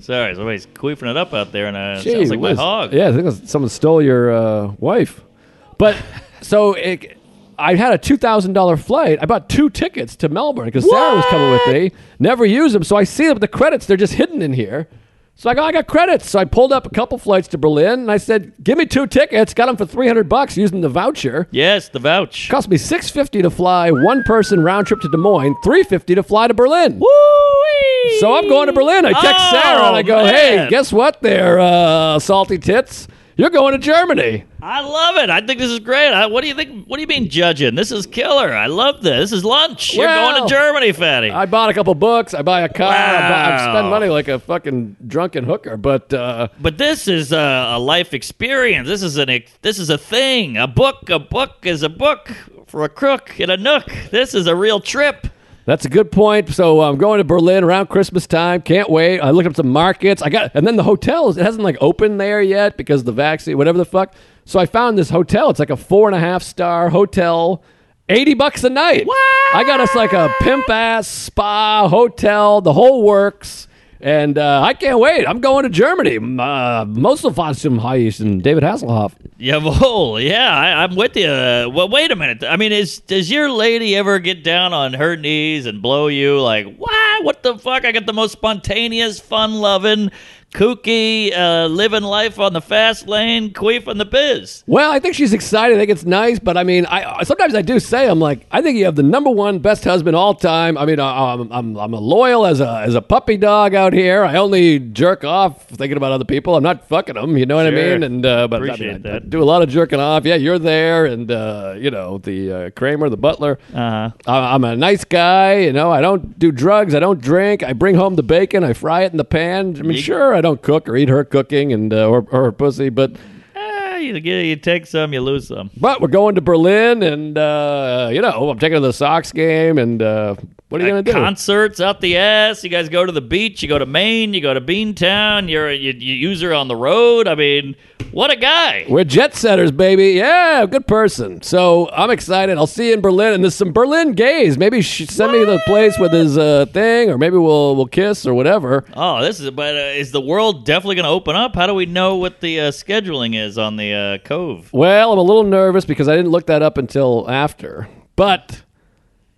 [SPEAKER 1] Sorry, somebody's queefing it up out there, and uh, it sounds like my
[SPEAKER 2] whiz.
[SPEAKER 1] hog.
[SPEAKER 2] Yeah, I think it was- someone stole your uh, wife. But so it, I had a two thousand dollar flight. I bought two tickets to Melbourne because Sarah was coming with me. Never used them, so I see them. The credits they're just hidden in here. So I go, I got credits. So I pulled up a couple flights to Berlin, and I said, "Give me two tickets." Got them for three hundred bucks using the voucher.
[SPEAKER 1] Yes, the vouch.
[SPEAKER 2] Cost me six fifty to fly one person round trip to Des Moines, three fifty to fly to Berlin.
[SPEAKER 1] Woo-wee!
[SPEAKER 2] So I'm going to Berlin. I text
[SPEAKER 1] Oh,
[SPEAKER 2] Sarah and I go, "Hey,
[SPEAKER 1] man.
[SPEAKER 2] guess what? There, uh, salty tits. You're going to Germany."
[SPEAKER 1] I love it. I think this is great. I, what do you think? What do you mean judging? This is killer. I love this. This is lunch. You're
[SPEAKER 2] Well,
[SPEAKER 1] going to Germany, fatty.
[SPEAKER 2] I bought a couple books. I buy a car. I, buy, I
[SPEAKER 1] Wow.
[SPEAKER 2] spend money like a fucking drunken hooker. But uh,
[SPEAKER 1] but this is a, a life experience. This is an ex- this is a thing. A book. A book is a book for a crook in a nook. This is a real trip.
[SPEAKER 2] that's a good point. So uh, I'm going to Berlin around Christmas time. Can't wait. I looked up some markets. I got, and then the hotels. It hasn't like opened there yet because of the vaccine, whatever the fuck. So I found this hotel. It's like a four and a half star hotel. 80 bucks a night. I got us like a pimp ass spa, hotel, the whole works. And uh, I can't wait. I'm going to Germany. Uh, most of us from Hayes and David Hasselhoff.
[SPEAKER 1] Jawohl. Yeah, I, I'm with you. Uh, well, wait a minute. I mean, is does your lady ever get down on her knees and blow you like, what? What the fuck? I got the most spontaneous, fun-loving, kooky, uh, living life on the fast lane, queef on the biz.
[SPEAKER 2] Well, I think she's excited. I think it's nice, but I mean, I sometimes I do say I'm like, I think you have the number one best husband all time. I mean, I, I'm, I'm I'm loyal as a as a puppy dog out here. I only jerk off thinking about other people. I'm not fucking them. You know what I
[SPEAKER 1] Sure.
[SPEAKER 2] mean? And uh, but I mean,
[SPEAKER 1] Appreciate
[SPEAKER 2] I,
[SPEAKER 1] that.
[SPEAKER 2] I do a lot of jerking off. Yeah, you're there, and uh, you know the uh, Kramer, the butler.
[SPEAKER 1] Uh-huh.
[SPEAKER 2] I, I'm a nice guy. You know, I don't do drugs. I don't drink. I bring home the bacon. I fry it in the pan. I mean, sure, I don't cook or eat her cooking and uh, or, or her pussy, but.
[SPEAKER 1] Eh, you, get- you take some, you lose some.
[SPEAKER 2] But we're going to Berlin, and uh, you know I'm taking her to the Sox game, and uh, what are you going to do?
[SPEAKER 1] Concerts up the ass. You guys go to the beach. You go to Maine. You go to Beantown. You're you, you use her on the road. I mean, what a guy.
[SPEAKER 2] we're jet setters, baby. Yeah, good person. So I'm excited. I'll see you in Berlin, and there's some Berlin gays. Maybe she send me to the place with his uh, thing, or maybe we'll we'll kiss or whatever.
[SPEAKER 1] Oh, this is. But uh, is the world definitely going to open up? How do we know what the uh, scheduling is on the uh, Cove?
[SPEAKER 2] Well, I'm a little nervous because I didn't look that up until after, but.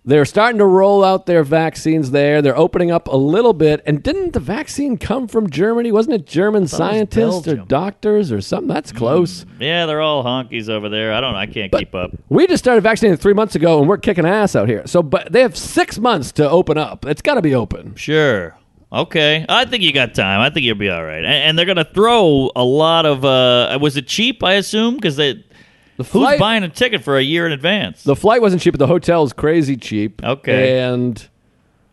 [SPEAKER 2] They're starting to roll out their vaccines there. They're opening up a little bit. And didn't the vaccine come from Germany? Wasn't it German scientists or
[SPEAKER 1] Belgium. Hmm.
[SPEAKER 2] doctors or something? That's close.
[SPEAKER 1] Yeah, they're all honkies over there. I don't. know. I can't keep up.
[SPEAKER 2] We just started vaccinating three months ago, and we're kicking ass out here. So, but they have six months to open up. It's got to be open.
[SPEAKER 1] Sure. Okay. I think you got time. I think you'll be all right. And, and they're going to throw a lot of. Uh, was it cheap? I assume because they.
[SPEAKER 2] The
[SPEAKER 1] Who's
[SPEAKER 2] flight,
[SPEAKER 1] buying a ticket for a year in advance?
[SPEAKER 2] the flight wasn't cheap, but the hotel is crazy cheap.
[SPEAKER 1] Okay.
[SPEAKER 2] and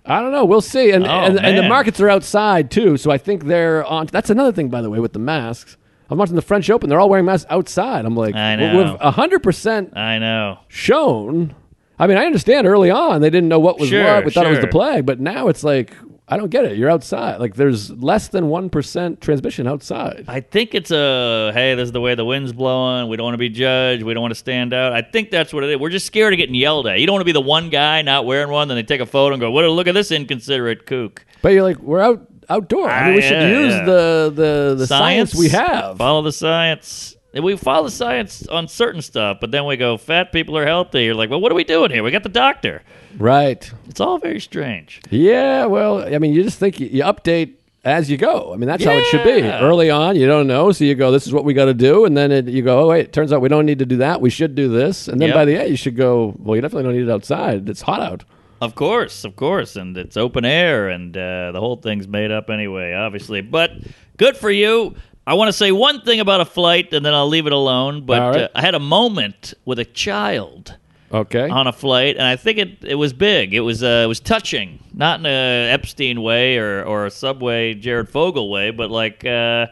[SPEAKER 2] I don't know. We'll see. And
[SPEAKER 1] Oh,
[SPEAKER 2] and, and the
[SPEAKER 1] man.
[SPEAKER 2] markets are outside too, so I think they're on. That's another thing, by the way, with the masks. I'm watching the French Open; they're all wearing masks outside. I'm like,
[SPEAKER 1] I
[SPEAKER 2] well,
[SPEAKER 1] know.
[SPEAKER 2] we've hundred percent
[SPEAKER 1] I know.
[SPEAKER 2] shown. I mean, I understand early on they didn't know what was
[SPEAKER 1] Sure,
[SPEAKER 2] what. We thought it was the
[SPEAKER 1] sure.
[SPEAKER 2] plague, but now it's like I don't get it. You're outside. Like there's less than one percent transmission outside.
[SPEAKER 1] I think it's a hey, this is the way the wind's blowing. We don't want to be judged. We don't want to stand out. I think that's what it is. We're just scared of getting yelled at. You don't want to be the one guy not wearing one. Then they take a photo and go, "What? Look at this inconsiderate kook."
[SPEAKER 2] But you're like, we're out outdoor. I mean,
[SPEAKER 1] Ah,
[SPEAKER 2] we should
[SPEAKER 1] yeah,
[SPEAKER 2] use
[SPEAKER 1] yeah.
[SPEAKER 2] the the, the science? we have.
[SPEAKER 1] Follow the science. And We follow the science on certain stuff, but then we go, "Fat people are healthy." You're like, "Well, what are we doing here? We got the doctor."
[SPEAKER 2] Right.
[SPEAKER 1] It's all very strange.
[SPEAKER 2] Yeah. Well, I mean, you just think you, you update as you go. I mean, that's how it should be.
[SPEAKER 1] Yeah.
[SPEAKER 2] Early on, you don't know, so you go, this is what we got to do, and then it, you go, oh wait, it turns out we don't need to do that. We should do this, and then
[SPEAKER 1] Yep.
[SPEAKER 2] by the end, you should go, well, you definitely don't need it outside. It's hot out.
[SPEAKER 1] Of course, of course, and it's open air, and uh, the whole thing's made up anyway, obviously. But good for you. I want to say one thing about a flight, and then I'll leave it alone. But
[SPEAKER 2] All right.
[SPEAKER 1] uh, I had a moment with a child
[SPEAKER 2] Okay.
[SPEAKER 1] on a flight, and I think it, it was big. It was uh, it was touching, not in a Epstein way or or a Subway Jared Fogle way, but like uh,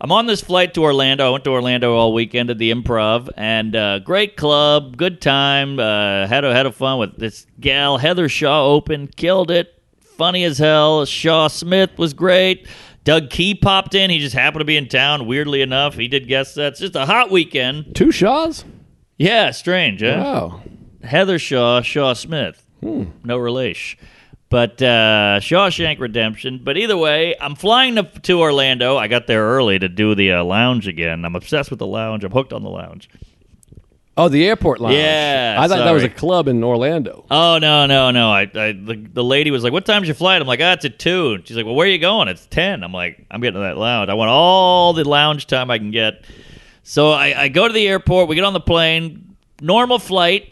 [SPEAKER 1] I'm on this flight to Orlando. I went to Orlando all weekend at the Improv, and uh, great club, good time. Uh, had a had a fun with this gal Heather Shaw. Open, killed it, funny as hell. Shaw Smith was great. Doug Key popped in. He just happened to be in town. Weirdly enough, he did guest sets. Just a hot weekend.
[SPEAKER 2] Two Shaws?
[SPEAKER 1] Yeah, strange. Huh?
[SPEAKER 2] Wow.
[SPEAKER 1] Heather Shaw, Shaw Smith. No relation. But uh, Shawshank Redemption. But either way, I'm flying to, to Orlando. I got there early to do the uh, lounge again. I'm obsessed with the lounge. I'm hooked on the lounge.
[SPEAKER 2] Oh, the airport lounge.
[SPEAKER 1] Yeah,
[SPEAKER 2] I thought that was a
[SPEAKER 1] sorry.
[SPEAKER 2] club in Orlando.
[SPEAKER 1] Oh no no no! I, I the, the lady was like, "What time's your flight?" I'm like, "Ah, it's at 2. And She's like, "Well, where are you going?" It's ten. I'm like, "I'm getting to that lounge. I want all the lounge time I can get." So I, I go to the airport. We get on the plane. Normal flight.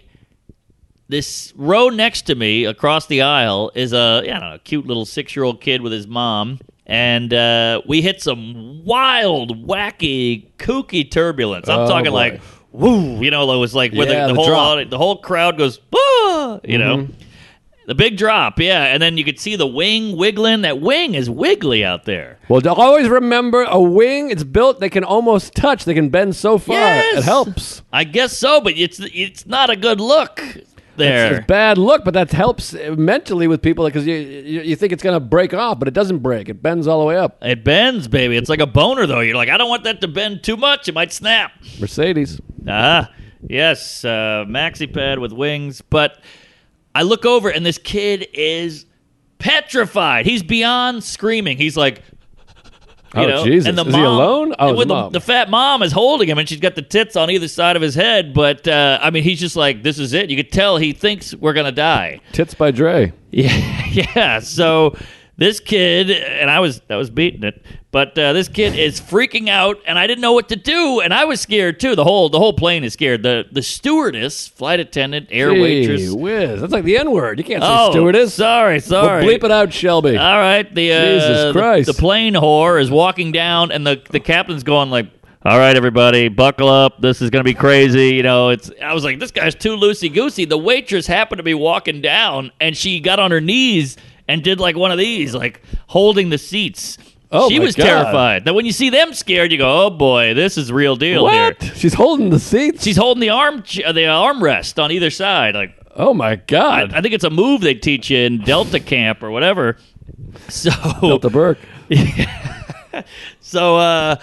[SPEAKER 1] This row next to me, across the aisle, is a yeah, I don't know, cute little six year old kid with his mom, and uh, we hit some wild, wacky, kooky turbulence. I'm
[SPEAKER 2] Oh,
[SPEAKER 1] talking
[SPEAKER 2] boy.
[SPEAKER 1] like. Woo! You know, it was like where
[SPEAKER 2] Yeah,
[SPEAKER 1] the, the
[SPEAKER 2] the
[SPEAKER 1] whole
[SPEAKER 2] drop. Mm-hmm.
[SPEAKER 1] audi- the whole crowd goes, "Ah!" you know, the big drop, yeah, and then you could see the wing wiggling. That wing is wiggly out there.
[SPEAKER 2] Well, d- always remember a wing, it's built, they can almost touch, they can bend so far.
[SPEAKER 1] Yes!
[SPEAKER 2] It helps.
[SPEAKER 1] I guess so, but it's it's not a good look there.
[SPEAKER 2] It's bad look, but that helps uh, mentally with people because you, you you think it's gonna break off, but it doesn't break. It bends all the way up.
[SPEAKER 1] it bends, baby. It's like a boner, though. You're like, I don't want that to bend too much. It might snap.
[SPEAKER 2] Mercedes.
[SPEAKER 1] Ah, yes, uh, maxi pad with wings. But I look over, and this kid is petrified. He's beyond screaming. He's like, you
[SPEAKER 2] Oh,
[SPEAKER 1] know,
[SPEAKER 2] Jesus.
[SPEAKER 1] and the
[SPEAKER 2] Is he
[SPEAKER 1] mom,
[SPEAKER 2] alone? Oh,
[SPEAKER 1] and
[SPEAKER 2] his
[SPEAKER 1] with the,
[SPEAKER 2] mom.
[SPEAKER 1] the fat mom is holding him, and she's got the tits on either side of his head. But uh, I mean, he's just like, this is it. You could tell he thinks we're gonna die.
[SPEAKER 2] Tits by Dre.
[SPEAKER 1] Yeah, yeah. So this kid and I was I was beating it, but uh, this kid is freaking out, and I didn't know what to do, and I was scared too. The whole the whole plane is scared. The the stewardess, flight attendant, air
[SPEAKER 2] Gee
[SPEAKER 1] waitress.
[SPEAKER 2] whiz. That's like the N word. You can't say
[SPEAKER 1] Oh,
[SPEAKER 2] stewardess.
[SPEAKER 1] sorry,
[SPEAKER 2] We'll
[SPEAKER 1] sorry.
[SPEAKER 2] bleep it out, Shelby.
[SPEAKER 1] All right, the uh,
[SPEAKER 2] Jesus
[SPEAKER 1] the-
[SPEAKER 2] Christ.
[SPEAKER 1] The, plane whore is walking down, and the the captain's going like. All right, everybody, buckle up. This is going to be crazy. You know, it's. I was like, this guy's too loosey goosey. The waitress happened to be walking down, and she got on her knees and did like one of these, like holding the seats.
[SPEAKER 2] Oh,
[SPEAKER 1] she
[SPEAKER 2] my
[SPEAKER 1] was
[SPEAKER 2] God.
[SPEAKER 1] terrified. That when you see them scared, you go, "Oh boy, this is real deal."
[SPEAKER 2] what?
[SPEAKER 1] Here.
[SPEAKER 2] She's holding the seats.
[SPEAKER 1] She's holding the arm, uh, the armrest on either side. Like,
[SPEAKER 2] oh my God.
[SPEAKER 1] I think it's a move they teach you in Delta Camp or whatever. So
[SPEAKER 2] Delta Burke.
[SPEAKER 1] So uh,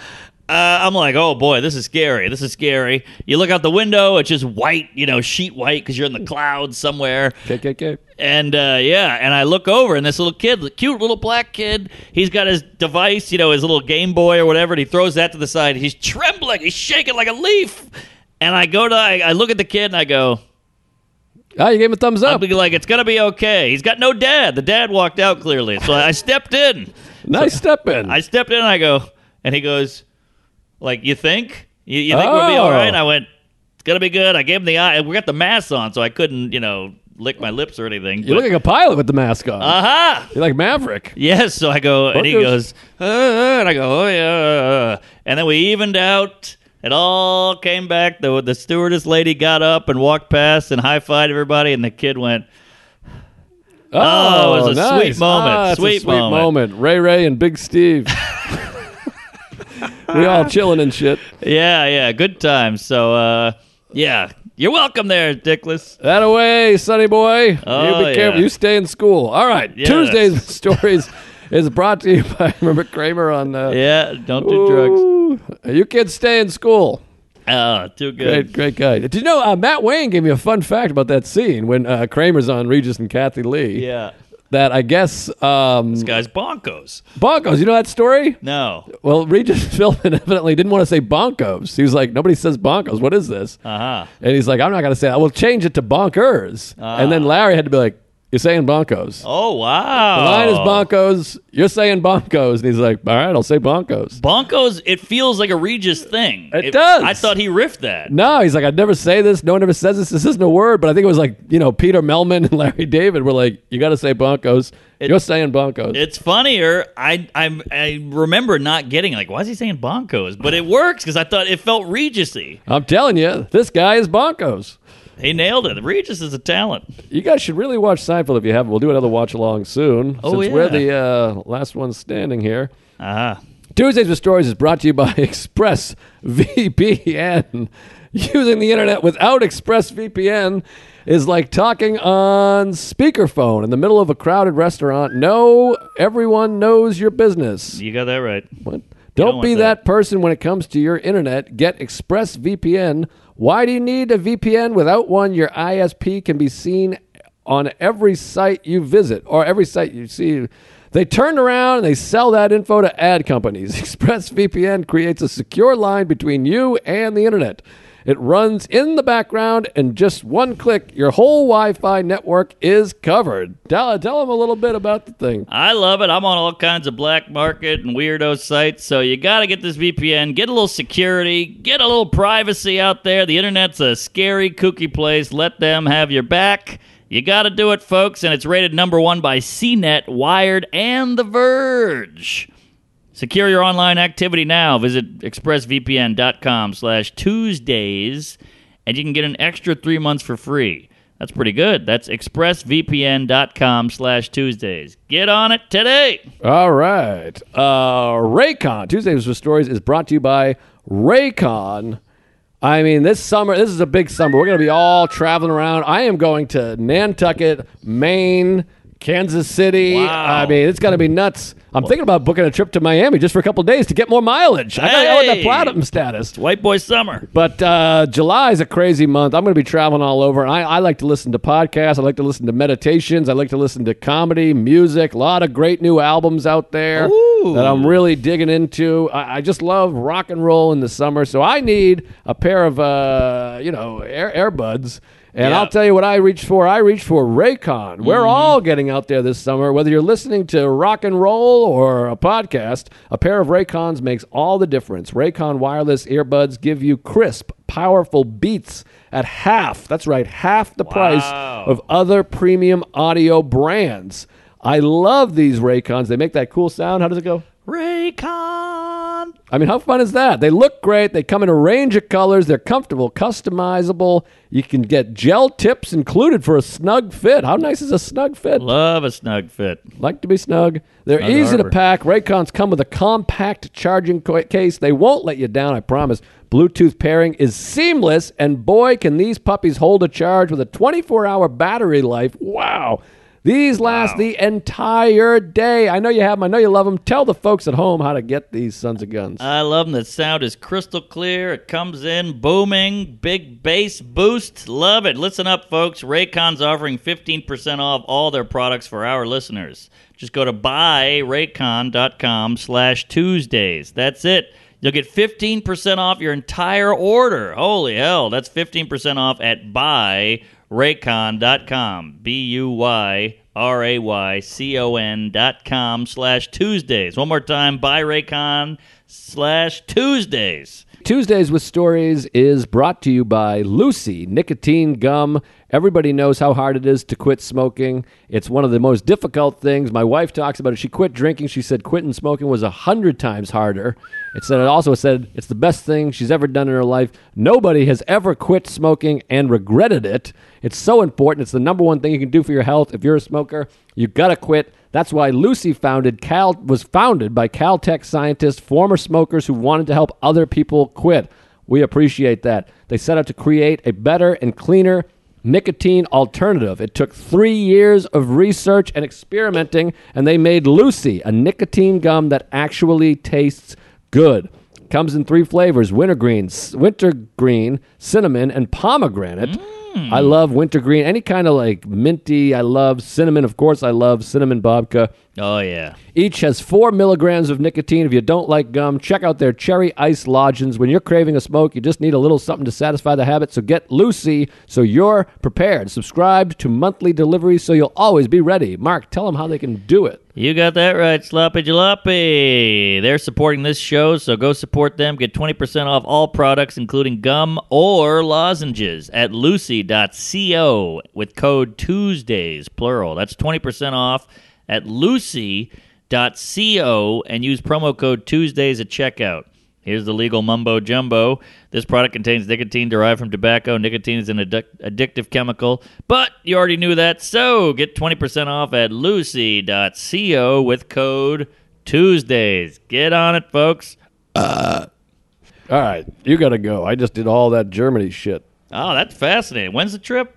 [SPEAKER 1] uh, I'm like, oh boy, this is scary. This is scary. You look out the window, it's just white, you know, sheet white because you're in the clouds somewhere.
[SPEAKER 2] KKK.
[SPEAKER 1] And uh, yeah, and I look over, and this little kid, the cute little black kid, he's got his device, you know, his little Game Boy or whatever, and he throws that to the side. He's trembling, he's shaking like a leaf. And I go to, I, I look at the kid and I go,
[SPEAKER 2] Ah, you gave him a thumbs
[SPEAKER 1] I'll
[SPEAKER 2] up.
[SPEAKER 1] be like, it's going to be okay. He's got no dad. The dad walked out clearly. So I stepped in.
[SPEAKER 2] nice step in.
[SPEAKER 1] I stepped in and I go, and he goes, like, you think? You, you think we'll be
[SPEAKER 2] Oh.
[SPEAKER 1] all right? And I went, it's going to be good. I gave him the eye. We got the mask on, so I couldn't, you know, lick my lips or anything.
[SPEAKER 2] you look like a pilot with the mask on.
[SPEAKER 1] aha!
[SPEAKER 2] You're like Maverick.
[SPEAKER 1] Yes, so I go, and he
[SPEAKER 2] Buckers.
[SPEAKER 1] goes, uh, uh, and I go, oh yeah, uh, uh." and then we evened out. It all came back. The the stewardess lady got up and walked past and high fived everybody, and the kid went,
[SPEAKER 2] Oh,
[SPEAKER 1] it was a
[SPEAKER 2] nice.
[SPEAKER 1] sweet moment.
[SPEAKER 2] Ah, it's a
[SPEAKER 1] Sweet
[SPEAKER 2] sweet
[SPEAKER 1] moment.
[SPEAKER 2] moment. Ray Ray and Big Steve. we all chilling and shit.
[SPEAKER 1] yeah, yeah, good time. So, uh, yeah, you're welcome there, Dickless.
[SPEAKER 2] That away, Sonny boy. you
[SPEAKER 1] Oh,
[SPEAKER 2] be careful.
[SPEAKER 1] yeah.
[SPEAKER 2] You stay in school. All right.
[SPEAKER 1] Yes.
[SPEAKER 2] Tuesday's stories is brought to you by remember Kramer on uh,
[SPEAKER 1] Yeah, don't do drugs.
[SPEAKER 2] drugs. You kids stay in school.
[SPEAKER 1] Oh, too good.
[SPEAKER 2] Great, great guy. Did you know uh, Matt Wayne gave me a fun fact about that scene when uh, Kramer's on Regis and Kathy Lee?
[SPEAKER 1] Yeah,
[SPEAKER 2] That I guess um,
[SPEAKER 1] this guy's bonkos.
[SPEAKER 2] Bonkos. You know that story?
[SPEAKER 1] No,
[SPEAKER 2] Well, Regis Philbin evidently didn't want to say Bonkos. He was like, nobody says Bonkos. What is this?
[SPEAKER 1] uh huh.
[SPEAKER 2] And he's like, I'm not going to say that. We'll change it to Bonkers. And then Larry had to be like, You're saying Bonkos.
[SPEAKER 1] Oh wow.
[SPEAKER 2] The line is Bonkos. You're saying Bonkos. And he's like, All right, I'll say Bonkos.
[SPEAKER 1] Bonkos. It feels like a Regis thing.
[SPEAKER 2] It does.
[SPEAKER 1] I thought he riffed that.
[SPEAKER 2] No, he's like, I'd never say this. No one ever says this. This isn't a word. But I think it was like, you know, Peter Melman and Larry David were like, You got to say Bonkos. You're saying Bonkos.
[SPEAKER 1] It's funnier. I I I remember not getting like why is he saying bonkos, but it works because I thought it felt Regisy.
[SPEAKER 2] I'm telling you, this guy is Bonkos.
[SPEAKER 1] He nailed it. Regis is a talent.
[SPEAKER 2] You guys should really watch Seinfeld if you haven't. We'll do another watch along soon.
[SPEAKER 1] Oh,
[SPEAKER 2] since
[SPEAKER 1] yeah.
[SPEAKER 2] we're the uh, last ones standing here.
[SPEAKER 1] Ah,
[SPEAKER 2] Tuesdays with Stories is brought to you by ExpressVPN. Using the internet without ExpressVPN is like talking on speakerphone in the middle of a crowded restaurant. No, everyone knows your business.
[SPEAKER 1] You got that right.
[SPEAKER 2] What?
[SPEAKER 1] don't
[SPEAKER 2] Don't, be
[SPEAKER 1] want
[SPEAKER 2] that.
[SPEAKER 1] that.
[SPEAKER 2] person when it comes to your internet. Get ExpressVPN. Why do you need a VPN? Without one, your ISP can be seen on every site you visit or every site you see. They turn around and they sell that info to ad companies. ExpressVPN creates a secure line between you and the internet. It runs in the background, and just one click, your whole Wi Fi network is covered. Tell, tell them a little bit about the thing.
[SPEAKER 1] I love it. I'm on all kinds of black market and weirdo sites, so you got to get this VPN, get a little security, get a little privacy out there. The internet's a scary, kooky place. Let them have your back. You got to do it, folks, and it's rated number one by CNET, Wired, and The Verge. Secure your online activity now. Visit expressvpn.com slash Tuesdays, and you can get an extra three months for free. That's pretty good. That's expressvpn.com slash Tuesdays. Get on it today.
[SPEAKER 2] All right. Uh, Raycon. Tuesdays with Stories is brought to you by Raycon. I mean, this summer, this is a big summer. We're going to be all traveling around. I am going to Nantucket, Maine, Kansas City.
[SPEAKER 1] Wow.
[SPEAKER 2] I mean, it's going to be nuts. I'm thinking about booking a trip to Miami just for a couple of days to get more mileage. I got to out that
[SPEAKER 1] Hey.
[SPEAKER 2] platinum status.
[SPEAKER 1] White boy summer.
[SPEAKER 2] But uh, July is a crazy month. I'm going to be traveling all over. And I, I like to listen to podcasts. I like to listen to meditations. I like to listen to comedy, music. A lot of great new albums out there that I'm really digging into. I, I just love rock and roll in the summer. So I need a pair of, uh, you know, air, earbuds. And
[SPEAKER 1] Yeah.
[SPEAKER 2] I'll tell you what I reach for. I reach for Raycon. We're all getting out there this summer, whether you're listening to rock and roll or a podcast. A pair of Raycons makes all the difference. Raycon wireless earbuds give you crisp, powerful beats at half. That's right, half the price of other premium audio brands. I love these Raycons. They make that cool sound. How does it go?
[SPEAKER 1] Raycon.
[SPEAKER 2] I mean, how fun is that? They look great. They come in a range of colors. They're comfortable, customizable. You can get gel tips included for a snug fit. How nice is a snug fit?
[SPEAKER 1] Love a snug fit.
[SPEAKER 2] Like to be snug. They're easy
[SPEAKER 1] harbor.
[SPEAKER 2] to pack. Raycons come with a compact charging co- case. They won't let you down, I promise. Bluetooth pairing is seamless, and boy, can these puppies hold a charge with a 24 hour battery life. Wow. These last the entire day. I know you have them. I know you love them. Tell the folks at home how to get these sons of guns.
[SPEAKER 1] I love them. The sound is crystal clear. It comes in booming. Big bass boost. Love it. Listen up, folks. Raycon's offering 15% off all their products for our listeners. Just go to buyraycon.com slash Tuesdays. That's it. You'll get 15% off your entire order. Holy hell. That's 15% off at buyraycon.com. B-U-Y R A Y C O N dot com slash Tuesdays. One more time, buy Raycon slash Tuesdays.
[SPEAKER 2] Tuesdays with Stories is brought to you by Lucy Nicotine Gum. Everybody knows how hard it is to quit smoking. It's one of the most difficult things. My wife talks about it. She quit drinking. She said quitting smoking was a hundred times harder. It said it also said it's the best thing she's ever done in her life. Nobody has ever quit smoking and regretted it. It's so important. It's the number one thing you can do for your health. If you're a smoker, you gotta quit. That's why Lucy founded Cal was founded by Caltech scientists, former smokers who wanted to help other people quit. We appreciate that. They set out to create a better and cleaner nicotine alternative. It took 3 years of research and experimenting and they made Lucy, a nicotine gum that actually tastes good. Comes in three flavors: wintergreen, s- wintergreen, cinnamon, and pomegranate. I love wintergreen. Any kind of like minty. I love cinnamon. Of course, I love cinnamon babka.
[SPEAKER 1] Oh, yeah.
[SPEAKER 2] Each has four milligrams of nicotine. If you don't like gum, check out their cherry ice lodgings. When you're craving a smoke, you just need a little something to satisfy the habit. So get Lucy so you're prepared. Subscribe to monthly delivery so you'll always be ready. Mark, tell them how they can do it.
[SPEAKER 1] You got that right, Sloppy Jalopy. They're supporting this show, so go support them. Get 20% off all products, including gum or lozenges, at lucy.co with code Tuesdays, plural. That's 20% off at lucy.co and use promo code Tuesdays at checkout. Here's the legal mumbo jumbo. This product contains nicotine derived from tobacco. Nicotine is an addic- addictive chemical, but you already knew that. So get 20% off at lucy.co with code Tuesdays. Get on it, folks.
[SPEAKER 2] All right, you got to go. I just did all that Germany shit.
[SPEAKER 1] Oh, that's fascinating. When's the trip?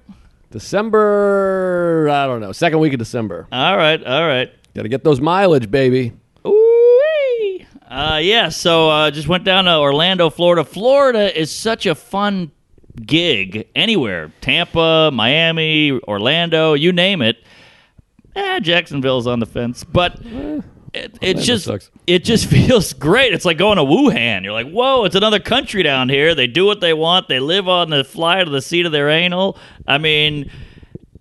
[SPEAKER 2] December, I don't know, second week of December.
[SPEAKER 1] All right, all right.
[SPEAKER 2] Got to get those mileage, baby.
[SPEAKER 1] Ooh-wee. Uh, yeah, so uh, just went down to Orlando, Florida. Florida is such a fun gig anywhere Tampa, Miami, Orlando, you name it. Eh, Jacksonville's on the fence, but it, it just
[SPEAKER 2] Eh, sucks.
[SPEAKER 1] it just feels great. It's like going to Wuhan. You're like, whoa, it's another country down here. They do what they want. They live on the fly to the seat of their anal. I mean,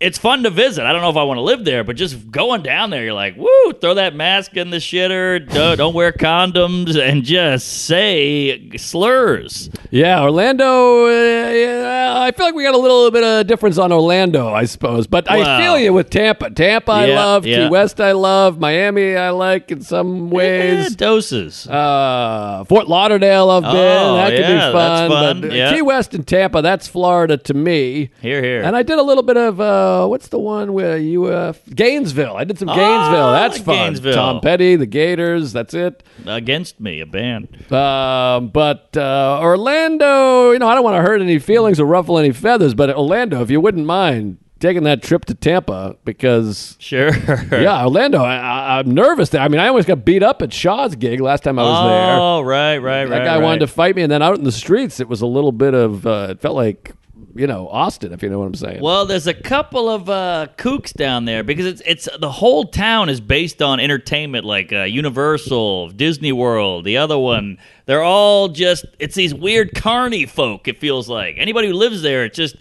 [SPEAKER 1] it's fun to visit. I don't know if I want to live there, but just going down there, you're like, woo, throw that mask in the shitter. Duh, don't wear condoms and just say slurs.
[SPEAKER 2] Yeah, Orlando. Uh, yeah, I feel like we got a little bit of difference on Orlando, I suppose. But I
[SPEAKER 1] Wow.
[SPEAKER 2] feel you with Tampa. Tampa, I
[SPEAKER 1] Yeah,
[SPEAKER 2] love.
[SPEAKER 1] yeah.
[SPEAKER 2] Key West, I love. Miami, I like in some
[SPEAKER 1] Eh,
[SPEAKER 2] ways.
[SPEAKER 1] doses.
[SPEAKER 2] Uh, Fort Lauderdale, I've been.
[SPEAKER 1] Oh,
[SPEAKER 2] that could be
[SPEAKER 1] yeah,
[SPEAKER 2] fun.
[SPEAKER 1] that's fun,
[SPEAKER 2] But uh,
[SPEAKER 1] yeah.
[SPEAKER 2] Key West and Tampa, that's Florida to me.
[SPEAKER 1] here, here.
[SPEAKER 2] And I did a little bit of uh, what's the one where you uh, Gainesville? I did some Gainesville.
[SPEAKER 1] Ah,
[SPEAKER 2] That's fun.
[SPEAKER 1] Gainesville.
[SPEAKER 2] Tom Petty, the Gators. That's it.
[SPEAKER 1] Against me, a band.
[SPEAKER 2] Um, but uh, Orlando, you know, I don't want to hurt any feelings or ruffle any feathers, but Orlando, if you wouldn't mind taking that trip to Tampa, because
[SPEAKER 1] Sure.
[SPEAKER 2] yeah, Orlando, I, I, I'm nervous. There. I mean, I almost got beat up at Shaw's gig last time I was there.
[SPEAKER 1] Oh, right, right,
[SPEAKER 2] That
[SPEAKER 1] right.
[SPEAKER 2] guy
[SPEAKER 1] right.
[SPEAKER 2] wanted to fight me, and then out in the streets, it was a little bit of uh, it felt like you know Austin, if you know what I'm saying.
[SPEAKER 1] Well, there's a couple of uh, kooks down there because it's it's the whole town is based on entertainment, like uh, Universal, Disney World, the other one. They're all just it's these weird carny folk. It feels like anybody who lives there, it's just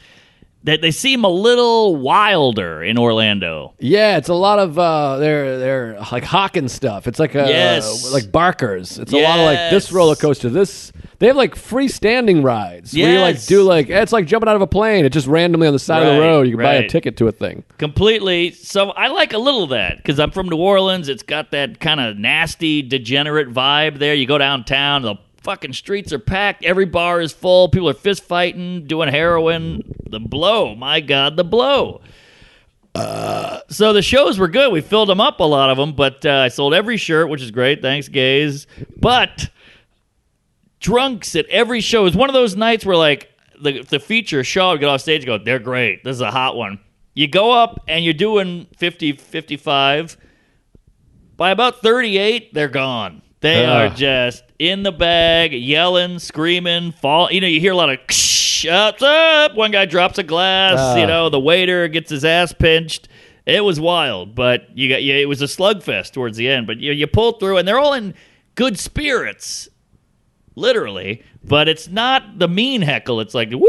[SPEAKER 1] they, they seem a little wilder in Orlando.
[SPEAKER 2] Yeah, it's a lot of uh, they're they're like hawking stuff. It's like a
[SPEAKER 1] Yes.
[SPEAKER 2] like barkers. It's a lot of like this
[SPEAKER 1] Yes.
[SPEAKER 2] roller coaster. This they have like freestanding rides where you like
[SPEAKER 1] Yes.
[SPEAKER 2] do like it's like jumping out of a plane. It's just randomly on the side of the
[SPEAKER 1] Right,
[SPEAKER 2] road. You can buy a
[SPEAKER 1] right.
[SPEAKER 2] ticket to a thing.
[SPEAKER 1] Completely. So I like a little of that because I'm from New Orleans. It's got that kind of nasty, degenerate vibe there. You go downtown, the fucking streets are packed. Every bar is full. People are fist fighting, doing heroin. The blow. My God, the blow. Uh, so the shows were good. We filled them up, a lot of them, but uh, I sold every shirt, which is great. Thanks, gays. But drunks at every show. It was one of those nights where like the the feature Shaw would get off stage and go, they're great. This is a hot one. You go up and you're doing 50, 55. By about 38, they're gone. They
[SPEAKER 2] Ugh.
[SPEAKER 1] are just in the bag, yelling, screaming, fall. You know, you hear a lot of shuts up. One guy drops a glass. You
[SPEAKER 2] Ugh.
[SPEAKER 1] know, the waiter gets his ass pinched. It was wild, but you got yeah, it was a slugfest towards the end. But you you pull through, and they're all in good spirits literally, but it's not the mean heckle. It's like, woo,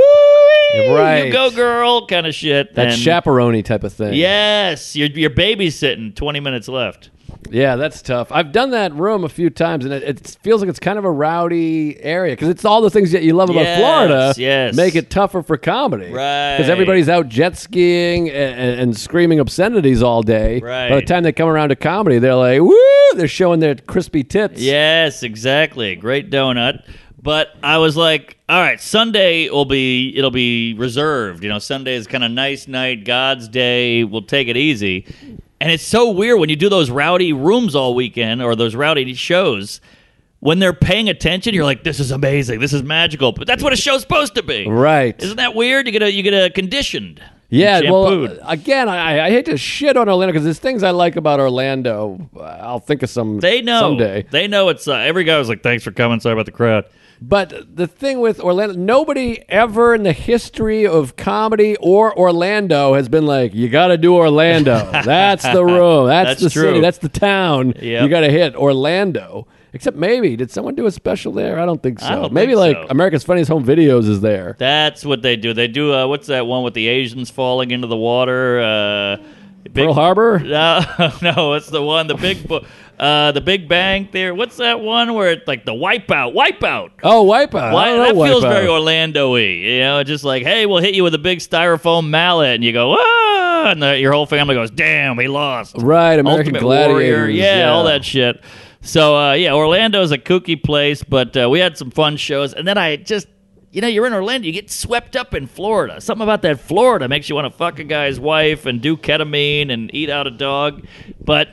[SPEAKER 2] Right.
[SPEAKER 1] you go, girl, kind of shit.
[SPEAKER 2] That
[SPEAKER 1] And-
[SPEAKER 2] chaperone type of thing.
[SPEAKER 1] Yes, you're, you're babysitting. Twenty minutes left.
[SPEAKER 2] Yeah, that's tough. I've done that room a few times, and it, it feels like it's kind of a rowdy area because it's all the things that you love about
[SPEAKER 1] Yes,
[SPEAKER 2] Florida
[SPEAKER 1] yes.
[SPEAKER 2] make it tougher for comedy.
[SPEAKER 1] Right.
[SPEAKER 2] Because everybody's out jet skiing and, and, and screaming obscenities all day. By the
[SPEAKER 1] Right.
[SPEAKER 2] time they come around to comedy, they're like, woo! They're showing their crispy tits.
[SPEAKER 1] Yes, exactly. Great donut. But I was like, all right, Sunday will be it'll be reserved. You know, Sunday is kind of nice night, God's day. We'll take it easy. And it's so weird when you do those rowdy rooms all weekend or those rowdy shows. When they're paying attention, you're like, "This is amazing. This is magical." But that's what a show's supposed to be,
[SPEAKER 2] Right.
[SPEAKER 1] Isn't that weird? You get a you get a conditioned,
[SPEAKER 2] Yeah,
[SPEAKER 1] shampooed.
[SPEAKER 2] well, again, I, I hate to shit on Orlando because there's things I like about Orlando. I'll think of some
[SPEAKER 1] They know.
[SPEAKER 2] someday.
[SPEAKER 1] They know it's. Uh, every guy was like, "Thanks for coming. Sorry about the crowd."
[SPEAKER 2] But the thing with Orlando, nobody ever in the history of comedy or Orlando has been like, you got to do Orlando. That's the room. That's,
[SPEAKER 1] That's
[SPEAKER 2] the city.
[SPEAKER 1] true.
[SPEAKER 2] That's the town.
[SPEAKER 1] Yep.
[SPEAKER 2] You got to hit Orlando. Except maybe did someone do a special there? I don't think so.
[SPEAKER 1] I don't
[SPEAKER 2] maybe
[SPEAKER 1] think
[SPEAKER 2] like
[SPEAKER 1] so.
[SPEAKER 2] America's Funniest Home Videos is there.
[SPEAKER 1] That's what they do. They do. Uh, what's that one with the Asians falling into the water? Uh, big,
[SPEAKER 2] Pearl Harbor.
[SPEAKER 1] No, no, it's the one. The big, bo- uh, the Big Bang Theory. What's that one where it's like the Wipeout? Wipeout.
[SPEAKER 2] Oh, Wipeout.
[SPEAKER 1] Why,
[SPEAKER 2] I don't know
[SPEAKER 1] that feels
[SPEAKER 2] Wipeout.
[SPEAKER 1] very Orlando-y, you know, just like, hey, we'll hit you with a big styrofoam mallet, and you go, ah, and the, your whole family goes, damn, we lost.
[SPEAKER 2] right. American
[SPEAKER 1] Ultimate Warrior,
[SPEAKER 2] Gladiator.
[SPEAKER 1] yeah, all that shit. So uh, yeah, Orlando's a kooky place, but uh, we had some fun shows, and then I just. You know, you're in Orlando, you get swept up in Florida. Something about that Florida makes you want to fuck a guy's wife and do ketamine and eat out a dog. But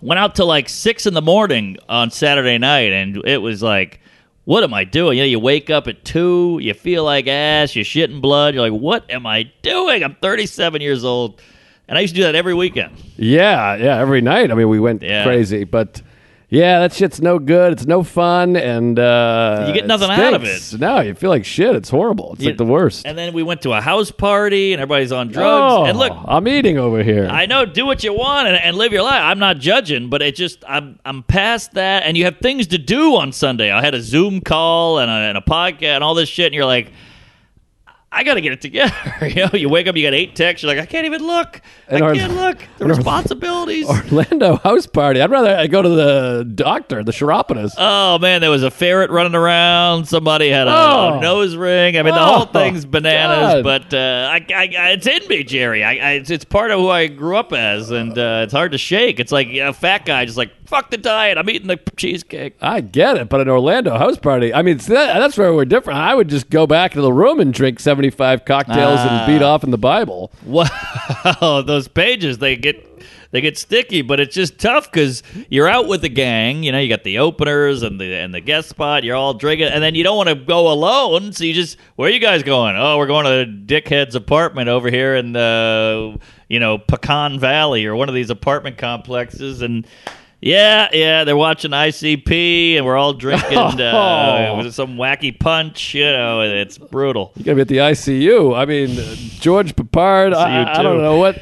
[SPEAKER 1] went out till like six in the morning on Saturday night, and it was like, what am I doing? You know, you wake up at two, you feel like ass, you're shitting blood. You're like, what am I doing? I'm 37 years old, and I used to do that every weekend.
[SPEAKER 2] Yeah, yeah, every night. I mean, we went
[SPEAKER 1] Yeah.
[SPEAKER 2] crazy, but yeah, that shit's no good. It's no fun, and uh,
[SPEAKER 1] You get
[SPEAKER 2] it
[SPEAKER 1] nothing out of
[SPEAKER 2] stinks. No, you feel like shit. It's horrible. It's
[SPEAKER 1] You-
[SPEAKER 2] like the worst.
[SPEAKER 1] And then we went to a house party, and everybody's on drugs.
[SPEAKER 2] oh,
[SPEAKER 1] and look,
[SPEAKER 2] I'm eating over here.
[SPEAKER 1] I know, do what you want and, and live your life. I'm not judging, but it just I'm I'm past that. And you have things to do on Sunday. I had a Zoom call and a, and a podcast and all this shit, and you're like, I got to get it together. you know, you wake up, you got eight texts. You're like, I can't even look.
[SPEAKER 2] And
[SPEAKER 1] I
[SPEAKER 2] our-
[SPEAKER 1] can't look. The responsibilities.
[SPEAKER 2] Orlando house party. I'd rather I go to the doctor, the chiropodist.
[SPEAKER 1] Oh man, there was a ferret running around. Somebody had a,
[SPEAKER 2] Oh.
[SPEAKER 1] a nose ring. I mean, the
[SPEAKER 2] Oh,
[SPEAKER 1] whole thing's bananas.
[SPEAKER 2] God.
[SPEAKER 1] But uh, I, I, I- it's in me, Jerry. I, I, it's, it's part of who I grew up as, and uh, it's hard to shake. It's like a fat guy just like fuck the diet. I'm eating the cheesecake.
[SPEAKER 2] I get it, but an Orlando house party. I mean, it's that, that's where we're different. I would just go back to the room and drink 75 cocktails
[SPEAKER 1] Ah.
[SPEAKER 2] and beat off in the Bible.
[SPEAKER 1] Wow, those pages they get they get sticky, but it's just tough because you're out with the gang. You know, you got the openers and the and the guest spot. You're all drinking, and then you don't want to go alone, so you just where are you guys going? Oh, we're going to dickhead's apartment over here in the you know Pecan Valley or one of these apartment complexes, and. Yeah, yeah, they're watching ICP, and we're all drinking uh, with some wacky punch. You know, and it's brutal.
[SPEAKER 2] You're gonna be at the ICU. I mean, uh, George Papard. I, I- I don't
[SPEAKER 1] too.
[SPEAKER 2] know what.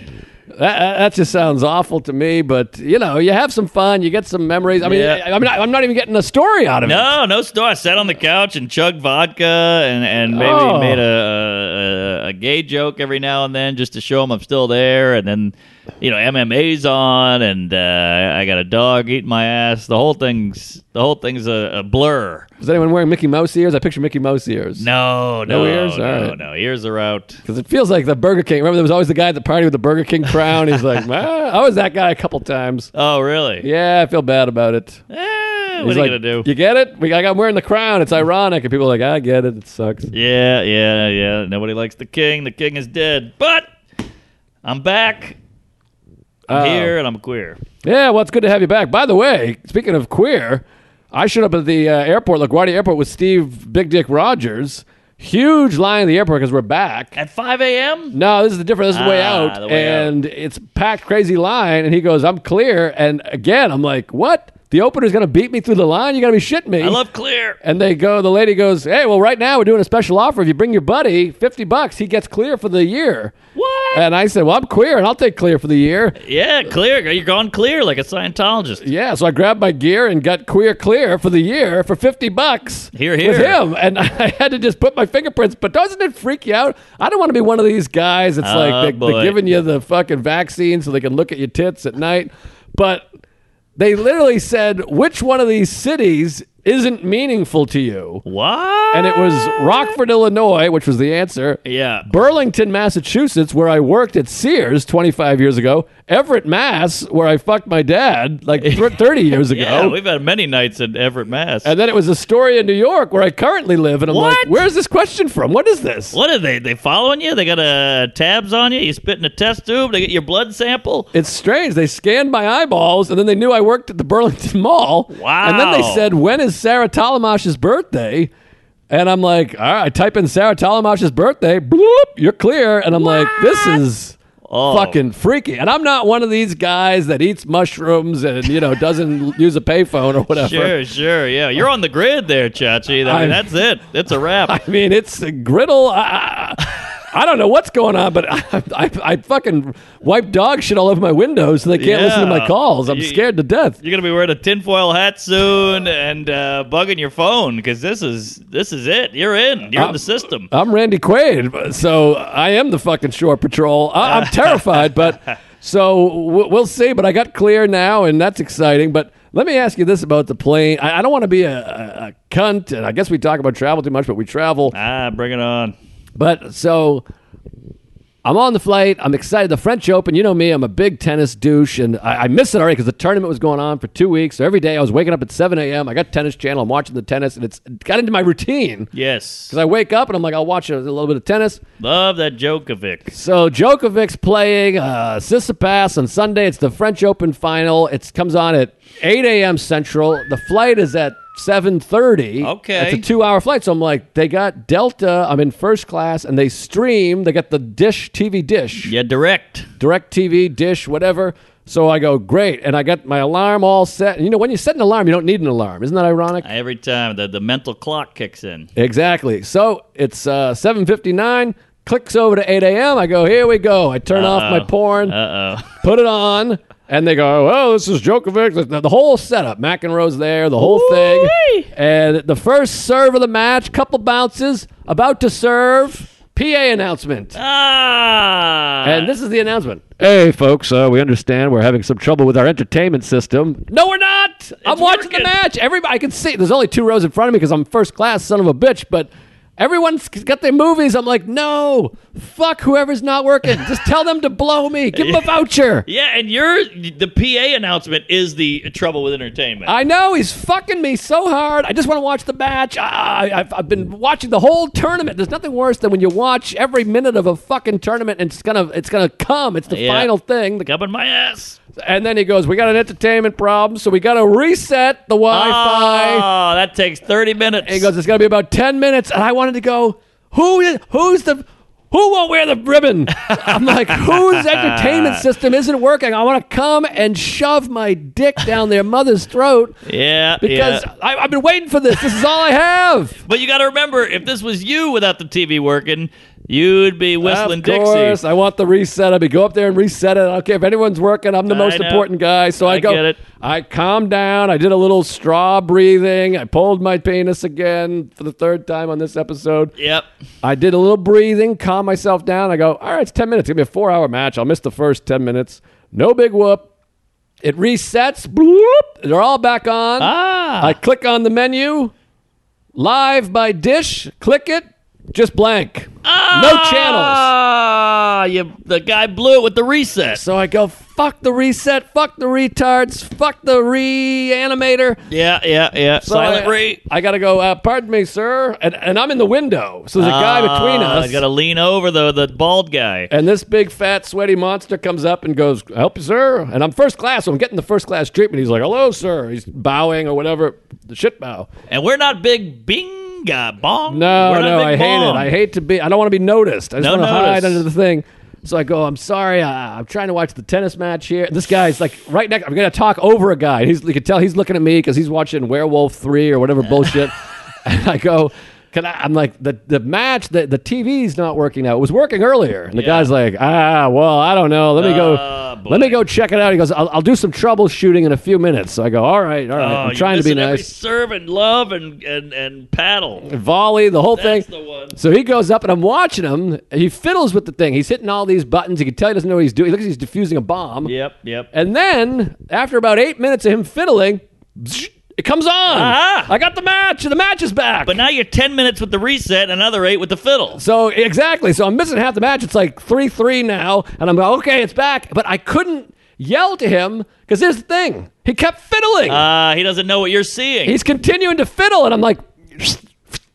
[SPEAKER 2] That, that that just sounds awful to me. But you know, you have some fun. You get some memories. I mean,
[SPEAKER 1] Yeah.
[SPEAKER 2] I, I mean, I- I'm not even getting a story out of it.
[SPEAKER 1] No, no store. I sat on the couch and chugged vodka and, and maybe
[SPEAKER 2] Oh.
[SPEAKER 1] made a, a a gay joke every now and then just to show them I'm still there. And then, you know, MMA's on and uh, I got a dog eating my ass. The whole thing's the whole thing's a, a blur.
[SPEAKER 2] Is anyone wearing Mickey Mouse ears? I picture Mickey Mouse ears.
[SPEAKER 1] No, no,
[SPEAKER 2] No ears?
[SPEAKER 1] no,
[SPEAKER 2] All right.
[SPEAKER 1] no. Ears are out.
[SPEAKER 2] Because it feels like the Burger King. Remember, there was always the guy at the party with the Burger King crown. He's like, "Ah." I was that guy a couple times.
[SPEAKER 1] Oh, really?
[SPEAKER 2] Yeah, I feel bad about it.
[SPEAKER 1] Eh,
[SPEAKER 2] He's
[SPEAKER 1] what are
[SPEAKER 2] like,
[SPEAKER 1] you gonna do?
[SPEAKER 2] You get it? We, like, I'm wearing the crown. It's ironic. And people are like, I get it. It sucks.
[SPEAKER 1] Yeah, yeah, yeah. Nobody likes the king. The king is dead. But I'm back. I'm
[SPEAKER 2] Oh.
[SPEAKER 1] here and I'm queer.
[SPEAKER 2] Yeah, well, it's good to have you back. By the way, speaking of queer, I showed up at the uh, airport, LaGuardia Airport, with Steve Big Dick Rogers. Huge line at the airport because we're back.
[SPEAKER 1] At 5 a.m.
[SPEAKER 2] No, this is the different. This is the way
[SPEAKER 1] Ah,
[SPEAKER 2] out,
[SPEAKER 1] the way out.
[SPEAKER 2] and it's packed, crazy line. And he goes, "I'm clear." And again, I'm like, "What? The opener's going to beat me through the line? You got to be shitting me!"
[SPEAKER 1] I love clear.
[SPEAKER 2] and they go. The lady goes, "Hey, well, right now we're doing a special offer. If you bring your buddy, fifty bucks, he gets clear for the year."
[SPEAKER 1] What?
[SPEAKER 2] And I said, "Well, I'm queer, and I'll take clear for the year."
[SPEAKER 1] yeah, clear. You're gone clear like a Scientologist.
[SPEAKER 2] Yeah, so I grabbed my gear and got queer clear for the year for fifty bucks.
[SPEAKER 1] Hear, hear.
[SPEAKER 2] With him, and I had to just put my fingerprints. But doesn't it freak you out? I don't want to be one of these guys. It's
[SPEAKER 1] Oh,
[SPEAKER 2] like they,
[SPEAKER 1] boy.
[SPEAKER 2] they're giving you the fucking vaccine so they can look at your tits at night. But they literally said, "Which one of these cities isn't meaningful to you?"
[SPEAKER 1] What?
[SPEAKER 2] And it was Rockford, Illinois, which was the answer.
[SPEAKER 1] Yeah.
[SPEAKER 2] Burlington, Massachusetts, where I worked at Sears 25 years ago. Everett, Mass, where I fucked my dad like th- 30 years ago.
[SPEAKER 1] Yeah, we've had many nights at Everett, Mass.
[SPEAKER 2] Oh. and then it was Astoria, New York, where I currently live. And I'm
[SPEAKER 1] What?
[SPEAKER 2] like, where's this question from? What is this?
[SPEAKER 1] what are they? They following you? They got uh, tabs on you? You spit in a test tube? They get your blood sample?
[SPEAKER 2] It's strange. They scanned my eyeballs, and then they knew I worked at the Burlington Mall.
[SPEAKER 1] Wow.
[SPEAKER 2] And then they said, when is Sarah Talamash's birthday? And I'm like, all right, I type in Sarah Talamash's birthday. Bloop, you're clear. And I'm like, this is
[SPEAKER 1] Oh.
[SPEAKER 2] fucking freaky. And I'm not one of these guys that eats mushrooms and, you know, doesn't use a payphone or whatever.
[SPEAKER 1] Sure, sure. Yeah. You're on the grid there, Chachi. I
[SPEAKER 2] I'm-
[SPEAKER 1] mean, that's it. That's a wrap.
[SPEAKER 2] I mean, it's a griddle. I, I, I don't know what's going on, but I, I, I fucking wipe dog shit all over my windows so they can't
[SPEAKER 1] Yeah.
[SPEAKER 2] listen to my calls. I'm
[SPEAKER 1] You-
[SPEAKER 2] scared to death.
[SPEAKER 1] You're going to be wearing a tinfoil hat soon and uh, bugging your phone because this is this is it. You're in. You're in
[SPEAKER 2] I'm-
[SPEAKER 1] the system.
[SPEAKER 2] I'm Randy Quaid, so I am the fucking shore patrol. I, I'm terrified, but so w- we'll see. But I got clear now, and that's exciting. But let me ask you this about the plane. I, I don't want to be a, a, a cunt, and I guess we talk about travel too much, but we travel.
[SPEAKER 1] ah, bring it on.
[SPEAKER 2] But so I'm on the flight. I'm excited. The French Open, you know me, I'm a big tennis douche, and I, I missed it already because the tournament was going on for two weeks. So every day I was waking up at 7 a.m. I got Tennis Channel. I'm watching the tennis, and it's it got into my routine
[SPEAKER 1] Yes.
[SPEAKER 2] because I wake up and I'm like, I'll watch a, a little bit of tennis.
[SPEAKER 1] Love that Djokovic.
[SPEAKER 2] So Djokovic's playing uh, Sissipas on Sunday. It's the French Open final. It comes on at 8 a.m. Central. The flight is at 7.30.
[SPEAKER 1] Okay.
[SPEAKER 2] It's a two-hour flight. So I'm like, they got Delta. I'm in first class, and they stream. They got the dish, TV dish.
[SPEAKER 1] Yeah, direct.
[SPEAKER 2] Direct TV, Dish, whatever. So I go, great. And I got my alarm all set. And you know, when you set an alarm, you don't need an alarm. Isn't that ironic?
[SPEAKER 1] Every time the, the mental clock kicks in.
[SPEAKER 2] exactly. So it's uh, 7.59, clicks over to 8 a.m. I go, here we go. I turn off my porn,
[SPEAKER 1] Uh oh.
[SPEAKER 2] put it on, and they go, oh, this is Djokovic. The- The, the whole setup. McEnroe's there, the whole
[SPEAKER 1] Woo-wee.
[SPEAKER 2] thing. And the first serve of the match, couple bounces, about to serve. PA announcement.
[SPEAKER 1] Ah.
[SPEAKER 2] And this is the announcement. Hey, folks, uh, we understand we're having some trouble with our entertainment system. No, we're not. I'm watching
[SPEAKER 1] working.
[SPEAKER 2] the match. Everybody, I can see. There's only two rows in front of me because I'm first class, son of a bitch. But everyone's got their movies. I'm like, no, fuck whoever's not working. Just tell them to blow me. Give them a voucher.
[SPEAKER 1] yeah, and your the PA announcement is the trouble with entertainment.
[SPEAKER 2] I know he's fucking me so hard. I just want to watch the match. I, I- I've, I've been watching the whole tournament. There's nothing worse than when you watch every minute of a fucking tournament and it's gonna it's gonna come. It's the
[SPEAKER 1] Yeah.
[SPEAKER 2] final thing. The
[SPEAKER 1] Gubbing my ass.
[SPEAKER 2] And then he goes, "We got an entertainment problem, so we got to reset the Wi-Fi."
[SPEAKER 1] Oh, that takes 30 minutes.
[SPEAKER 2] And he goes, "It's going to be about ten minutes." And I wanted to go, "Who is? Who's the? Who won't wear the ribbon?" I'm like, "Whose entertainment system isn't working?" I want to come and shove my dick down their mother's throat
[SPEAKER 1] yeah.
[SPEAKER 2] because
[SPEAKER 1] yeah.
[SPEAKER 2] I, I've been waiting for this. This is all I have.
[SPEAKER 1] But you got to remember, if this was you without the TV working, you'd be whistling
[SPEAKER 2] of course,
[SPEAKER 1] Dixie.
[SPEAKER 2] I want the reset. I mean, go up there and reset it. I don't care if anyone's working. I'm the
[SPEAKER 1] I
[SPEAKER 2] most
[SPEAKER 1] know.
[SPEAKER 2] important guy. So I,
[SPEAKER 1] I
[SPEAKER 2] go.
[SPEAKER 1] get it.
[SPEAKER 2] I calmed down. I did a little straw breathing. I pulled my penis again for the third time on this episode.
[SPEAKER 1] Yep.
[SPEAKER 2] I did a little breathing, calm myself down. I go, all right, it's 10 minutes. It's going to be a four hour match. I'll miss the first 10 minutes. No big whoop. It resets. Bloop. They're all back on.
[SPEAKER 1] Ah.
[SPEAKER 2] I click on the menu. Live by Dish. Click it. Just blank. No channels.
[SPEAKER 1] Ah, you, the guy blew it with the reset.
[SPEAKER 2] So I go, fuck the reset, fuck the retards, fuck the reanimator.
[SPEAKER 1] Yeah, yeah, yeah.
[SPEAKER 2] So
[SPEAKER 1] Silent
[SPEAKER 2] I,
[SPEAKER 1] re.
[SPEAKER 2] I gotta go, uh, pardon me, sir. And, and I'm in the window. So there's a guy between
[SPEAKER 1] Ah,
[SPEAKER 2] us.
[SPEAKER 1] You got to lean over the the bald guy.
[SPEAKER 2] and this big, fat, sweaty monster comes up and goes, help you, sir. And I'm first class, so I'm getting the first class treatment. He's like, hello, sir. He's bowing or whatever, the shit bow.
[SPEAKER 1] And we're not big bing uh, bong.
[SPEAKER 2] No,
[SPEAKER 1] We're not
[SPEAKER 2] no,
[SPEAKER 1] big
[SPEAKER 2] I hate
[SPEAKER 1] bong.
[SPEAKER 2] it. I hate to be. I don't want to be noticed. I just
[SPEAKER 1] No
[SPEAKER 2] want to
[SPEAKER 1] notice.
[SPEAKER 2] hide under the thing. So I go. I'm sorry. I, I'm trying to watch the tennis match here. This guy's like right next. I'm gonna talk over a guy. He's you can tell he's looking at me because he's watching Werewolf Three or whatever bullshit. and I go. Can I, I'm like the the match the the TV's not working now. It was working earlier, and the guy's like, ah, well, I don't know. Let me go.
[SPEAKER 1] Ah, boy.
[SPEAKER 2] let me go check it out. He goes, I'll, I'll do some troubleshooting in a few minutes. So I go, all right, all
[SPEAKER 1] Oh,
[SPEAKER 2] right.
[SPEAKER 1] you
[SPEAKER 2] I'm trying to be
[SPEAKER 1] missing Every
[SPEAKER 2] nice
[SPEAKER 1] serve and love and and and paddle.
[SPEAKER 2] volley, the whole
[SPEAKER 1] That's
[SPEAKER 2] thing.
[SPEAKER 1] the one.
[SPEAKER 2] So he goes up, and I'm watching him. He fiddles with the thing. He's hitting all these buttons. You can tell he doesn't know what he's doing. He looks like he's defusing a bomb.
[SPEAKER 1] Yep, yep.
[SPEAKER 2] And then, after about eight minutes of him fiddling, it comes on.
[SPEAKER 1] Ah!
[SPEAKER 2] I got the match, and the match is back.
[SPEAKER 1] But now you're ten minutes with the reset, and another eight with the fiddle.
[SPEAKER 2] so exactly. So I'm missing half the match. It's like three three now, and I'm like, okay, it's back. But I couldn't yell to him because here's the thing: he kept fiddling.
[SPEAKER 1] Uh, he doesn't know what you're seeing.
[SPEAKER 2] he's continuing to fiddle, and I'm like,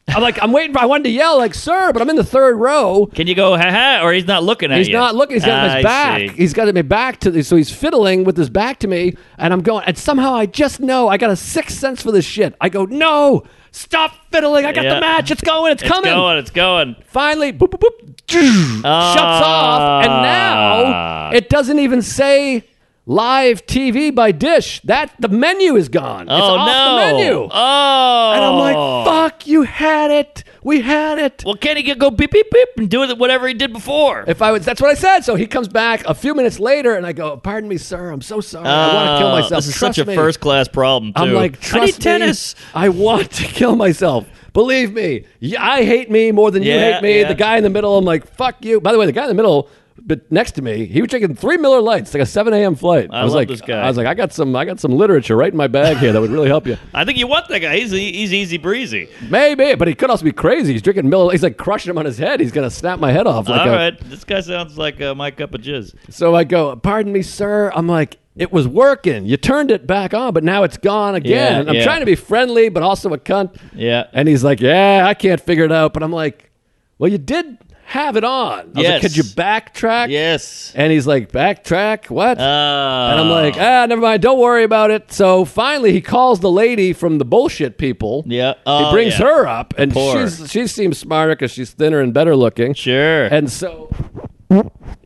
[SPEAKER 2] I'm like, I'm waiting for. I wanted to yell like, sir, but I'm in the third row.
[SPEAKER 1] Can you go ha ha? Or he's not looking at
[SPEAKER 2] He's
[SPEAKER 1] you.
[SPEAKER 2] not looking. He's got
[SPEAKER 1] I
[SPEAKER 2] his back.
[SPEAKER 1] see.
[SPEAKER 2] He's got my back to. The, so he's fiddling with his back to me, and I'm going. And somehow I just know I got a sixth sense for this shit. I go, no, stop fiddling. I got
[SPEAKER 1] Yeah.
[SPEAKER 2] the match. It's going. It's,
[SPEAKER 1] It's
[SPEAKER 2] coming.
[SPEAKER 1] going. It's going.
[SPEAKER 2] Finally, boop boop boop, shuts
[SPEAKER 1] Ah.
[SPEAKER 2] off, and now it doesn't even say live TV by Dish. That the menu is gone.
[SPEAKER 1] Oh
[SPEAKER 2] it's off
[SPEAKER 1] no!
[SPEAKER 2] the menu.
[SPEAKER 1] Oh.
[SPEAKER 2] And I'm like, fuck, you had it. We had it.
[SPEAKER 1] Well, can he get- go beep beep beep and do it whatever he did before?
[SPEAKER 2] If I was, that's what I said. So he comes back a few minutes later, and I go, "Pardon me, sir. I'm so sorry. I want to kill
[SPEAKER 1] Oh,
[SPEAKER 2] myself.
[SPEAKER 1] This is
[SPEAKER 2] Trust
[SPEAKER 1] such a
[SPEAKER 2] me."
[SPEAKER 1] first class problem too.
[SPEAKER 2] I'm like,
[SPEAKER 1] I
[SPEAKER 2] "Trust
[SPEAKER 1] need
[SPEAKER 2] me.
[SPEAKER 1] tennis.
[SPEAKER 2] I want to kill myself. Believe me. Y- I hate me more than
[SPEAKER 1] Yeah,
[SPEAKER 2] you hate me.
[SPEAKER 1] yeah.
[SPEAKER 2] The guy in the middle. I'm like, fuck you. By the way, the guy in the middle but next to me, he was drinking three Miller Lights, like a seven a.m. flight.
[SPEAKER 1] I
[SPEAKER 2] was
[SPEAKER 1] love
[SPEAKER 2] like,
[SPEAKER 1] this guy.
[SPEAKER 2] I was like, I got some, I got some literature right in my bag here that would really help you.
[SPEAKER 1] I think you want that guy. He's he's easy breezy.
[SPEAKER 2] Maybe, but he could also be crazy. He's drinking Miller. He's like crushing him on his head. He's gonna snap my head off. Like
[SPEAKER 1] All
[SPEAKER 2] a,
[SPEAKER 1] right, this guy sounds like uh, my cup of jizz.
[SPEAKER 2] So I go, pardon me, sir. I'm like, it was working. You turned it back on, but now it's gone again.
[SPEAKER 1] Yeah,
[SPEAKER 2] I'm
[SPEAKER 1] yeah.
[SPEAKER 2] trying to be friendly, but also a cunt.
[SPEAKER 1] Yeah.
[SPEAKER 2] And he's like, yeah, I can't figure it out. But I'm like, well, you did have it on. I was like,
[SPEAKER 1] Yes.
[SPEAKER 2] could you backtrack?
[SPEAKER 1] Yes.
[SPEAKER 2] And he's like, backtrack?
[SPEAKER 1] Uh,
[SPEAKER 2] What? and I'm like,
[SPEAKER 1] Ah.
[SPEAKER 2] ah, never mind. Don't worry about it. So finally, he calls the lady from the bullshit people.
[SPEAKER 1] Yeah.
[SPEAKER 2] he
[SPEAKER 1] Oh,
[SPEAKER 2] brings
[SPEAKER 1] yeah.
[SPEAKER 2] her up, and
[SPEAKER 1] Poor.
[SPEAKER 2] she's, she seems smarter because she's thinner and better looking.
[SPEAKER 1] sure.
[SPEAKER 2] And so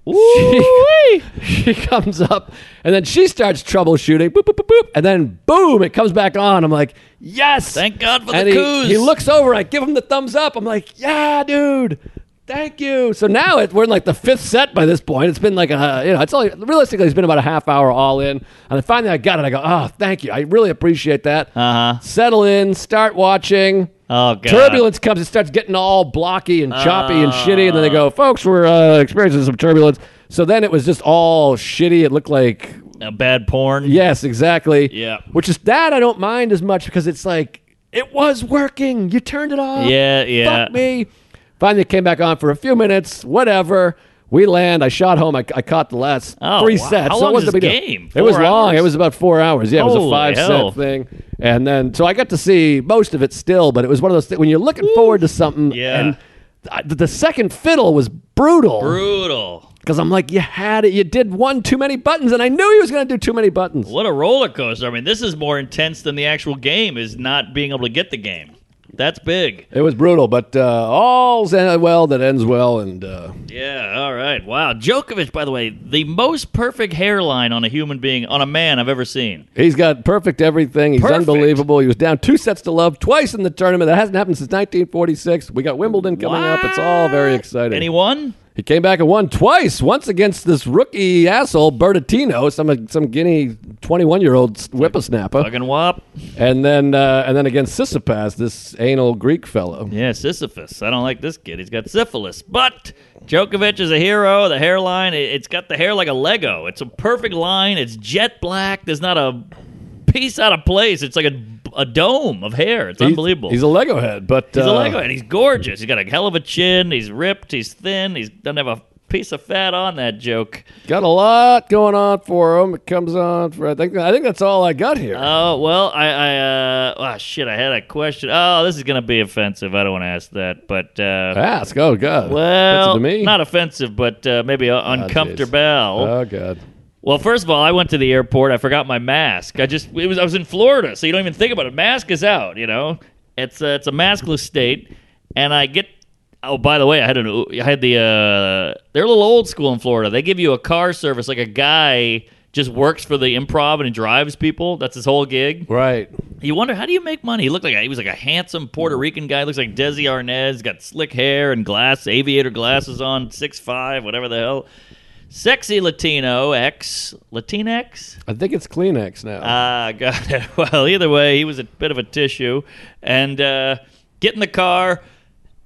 [SPEAKER 1] Ooh-wee.
[SPEAKER 2] she comes up and then she starts troubleshooting. Boop, boop, boop, boop. And then boom, it comes back on. I'm like, yes.
[SPEAKER 1] Thank God for
[SPEAKER 2] and
[SPEAKER 1] the
[SPEAKER 2] he,
[SPEAKER 1] coups.
[SPEAKER 2] He looks over. I give him the thumbs up. I'm like, yeah, dude. Thank you. So now it, we're in like the fifth set by this point. It's been like a, you know, it's only realistically, it's been about a half hour all in. And then finally I got it. I go, oh, thank you. I really appreciate that.
[SPEAKER 1] Uh huh.
[SPEAKER 2] Settle in, start watching.
[SPEAKER 1] Oh God.
[SPEAKER 2] Turbulence comes. It starts getting all blocky and choppy and shitty. And then they
[SPEAKER 1] Ah.
[SPEAKER 2] go, folks, we're uh, experiencing some turbulence. So then it was just all shitty. It looked like,
[SPEAKER 1] A bad porn.
[SPEAKER 2] yes, exactly.
[SPEAKER 1] Yeah.
[SPEAKER 2] Which is that I don't mind as much because it's like, it was working. You turned it off.
[SPEAKER 1] Yeah. Yeah.
[SPEAKER 2] Fuck me. Finally came back on for a few minutes. Whatever. We land. I shot home. I, I caught the last
[SPEAKER 1] Oh,
[SPEAKER 2] three
[SPEAKER 1] wow.
[SPEAKER 2] sets.
[SPEAKER 1] How
[SPEAKER 2] so
[SPEAKER 1] long
[SPEAKER 2] it wasn't
[SPEAKER 1] is
[SPEAKER 2] a
[SPEAKER 1] this
[SPEAKER 2] big deal.
[SPEAKER 1] game?
[SPEAKER 2] It was
[SPEAKER 1] Four
[SPEAKER 2] long.
[SPEAKER 1] hours?
[SPEAKER 2] It was about four hours. Yeah, it was a
[SPEAKER 1] Holy
[SPEAKER 2] five
[SPEAKER 1] hell.
[SPEAKER 2] set thing. And then, so I got to see most of it still, but it was one of those things when you're looking forward to something.
[SPEAKER 1] Yeah.
[SPEAKER 2] And I- the second fiddle was brutal
[SPEAKER 1] Brutal.
[SPEAKER 2] because I'm like, you had it. You did one too many buttons, and I knew he was going to do too many buttons.
[SPEAKER 1] What a roller coaster. I mean, this is more intense than the actual game. Is not being able to get the game. That's big.
[SPEAKER 2] It was brutal, but uh, all's en- well that ends well, and uh,
[SPEAKER 1] Yeah, all right. Wow. Djokovic, by the way, the most perfect hairline on a human being, on a man I've ever seen.
[SPEAKER 2] He's got perfect everything. He's
[SPEAKER 1] Perfect.
[SPEAKER 2] unbelievable. He was down two sets to love twice in the tournament. That hasn't happened since 1946. We got Wimbledon coming up. It's all very exciting.
[SPEAKER 1] And he won?
[SPEAKER 2] he came back and won twice. Once against this rookie asshole Bertatino, some some Guinea 21 year old whippersnapper,
[SPEAKER 1] Fucking wop.
[SPEAKER 2] and then uh, and then against Sissipas, this anal Greek fellow.
[SPEAKER 1] Yeah, Sisyphus. I don't like this kid. He's got syphilis. But Djokovic is a hero. The hairline, it- it's got the hair like a Lego. It's a perfect line. It's jet black. There's not a piece out of place. It's like a, a dome of hair. It's
[SPEAKER 2] He's-
[SPEAKER 1] unbelievable.
[SPEAKER 2] He's, a Lego head, but
[SPEAKER 1] He's
[SPEAKER 2] uh,
[SPEAKER 1] a Lego, and he's gorgeous. He's got a hell of a chin. He's ripped. He's thin. He doesn't have a piece of fat on that joke.
[SPEAKER 2] Got a lot going on for him. It comes on for I think I think that's all I got here.
[SPEAKER 1] Oh well, I, I uh, oh shit, I had a question. Oh, this is gonna be offensive. I don't want to ask that, but uh,
[SPEAKER 2] Ask. Oh God.
[SPEAKER 1] well,
[SPEAKER 2] Offensive to me.
[SPEAKER 1] not offensive, but uh, maybe uh, uncomfortable.
[SPEAKER 2] Oh God.
[SPEAKER 1] well, first of all, I went to the airport. I forgot my mask. I just it was I was in Florida, so you don't even think about it. Mask is out. You know, it's a, it's a maskless state, and I get. Oh, by the way, I had an I had the uh, they're a little old school in Florida. They give you a car service, like a guy just works for the improv and he drives people. That's his whole gig.
[SPEAKER 2] Right.
[SPEAKER 1] You wonder how do you make money? He looked like a, he was like a handsome Puerto Rican guy. Looks like Desi Arnaz. He's got slick hair and glass aviator glasses on. Six five, whatever the hell. Sexy Latino X Latinx.
[SPEAKER 2] I think it's Kleenex now.
[SPEAKER 1] Ah, got it. Well, either way, he was a bit of a tissue. And uh, get in the car.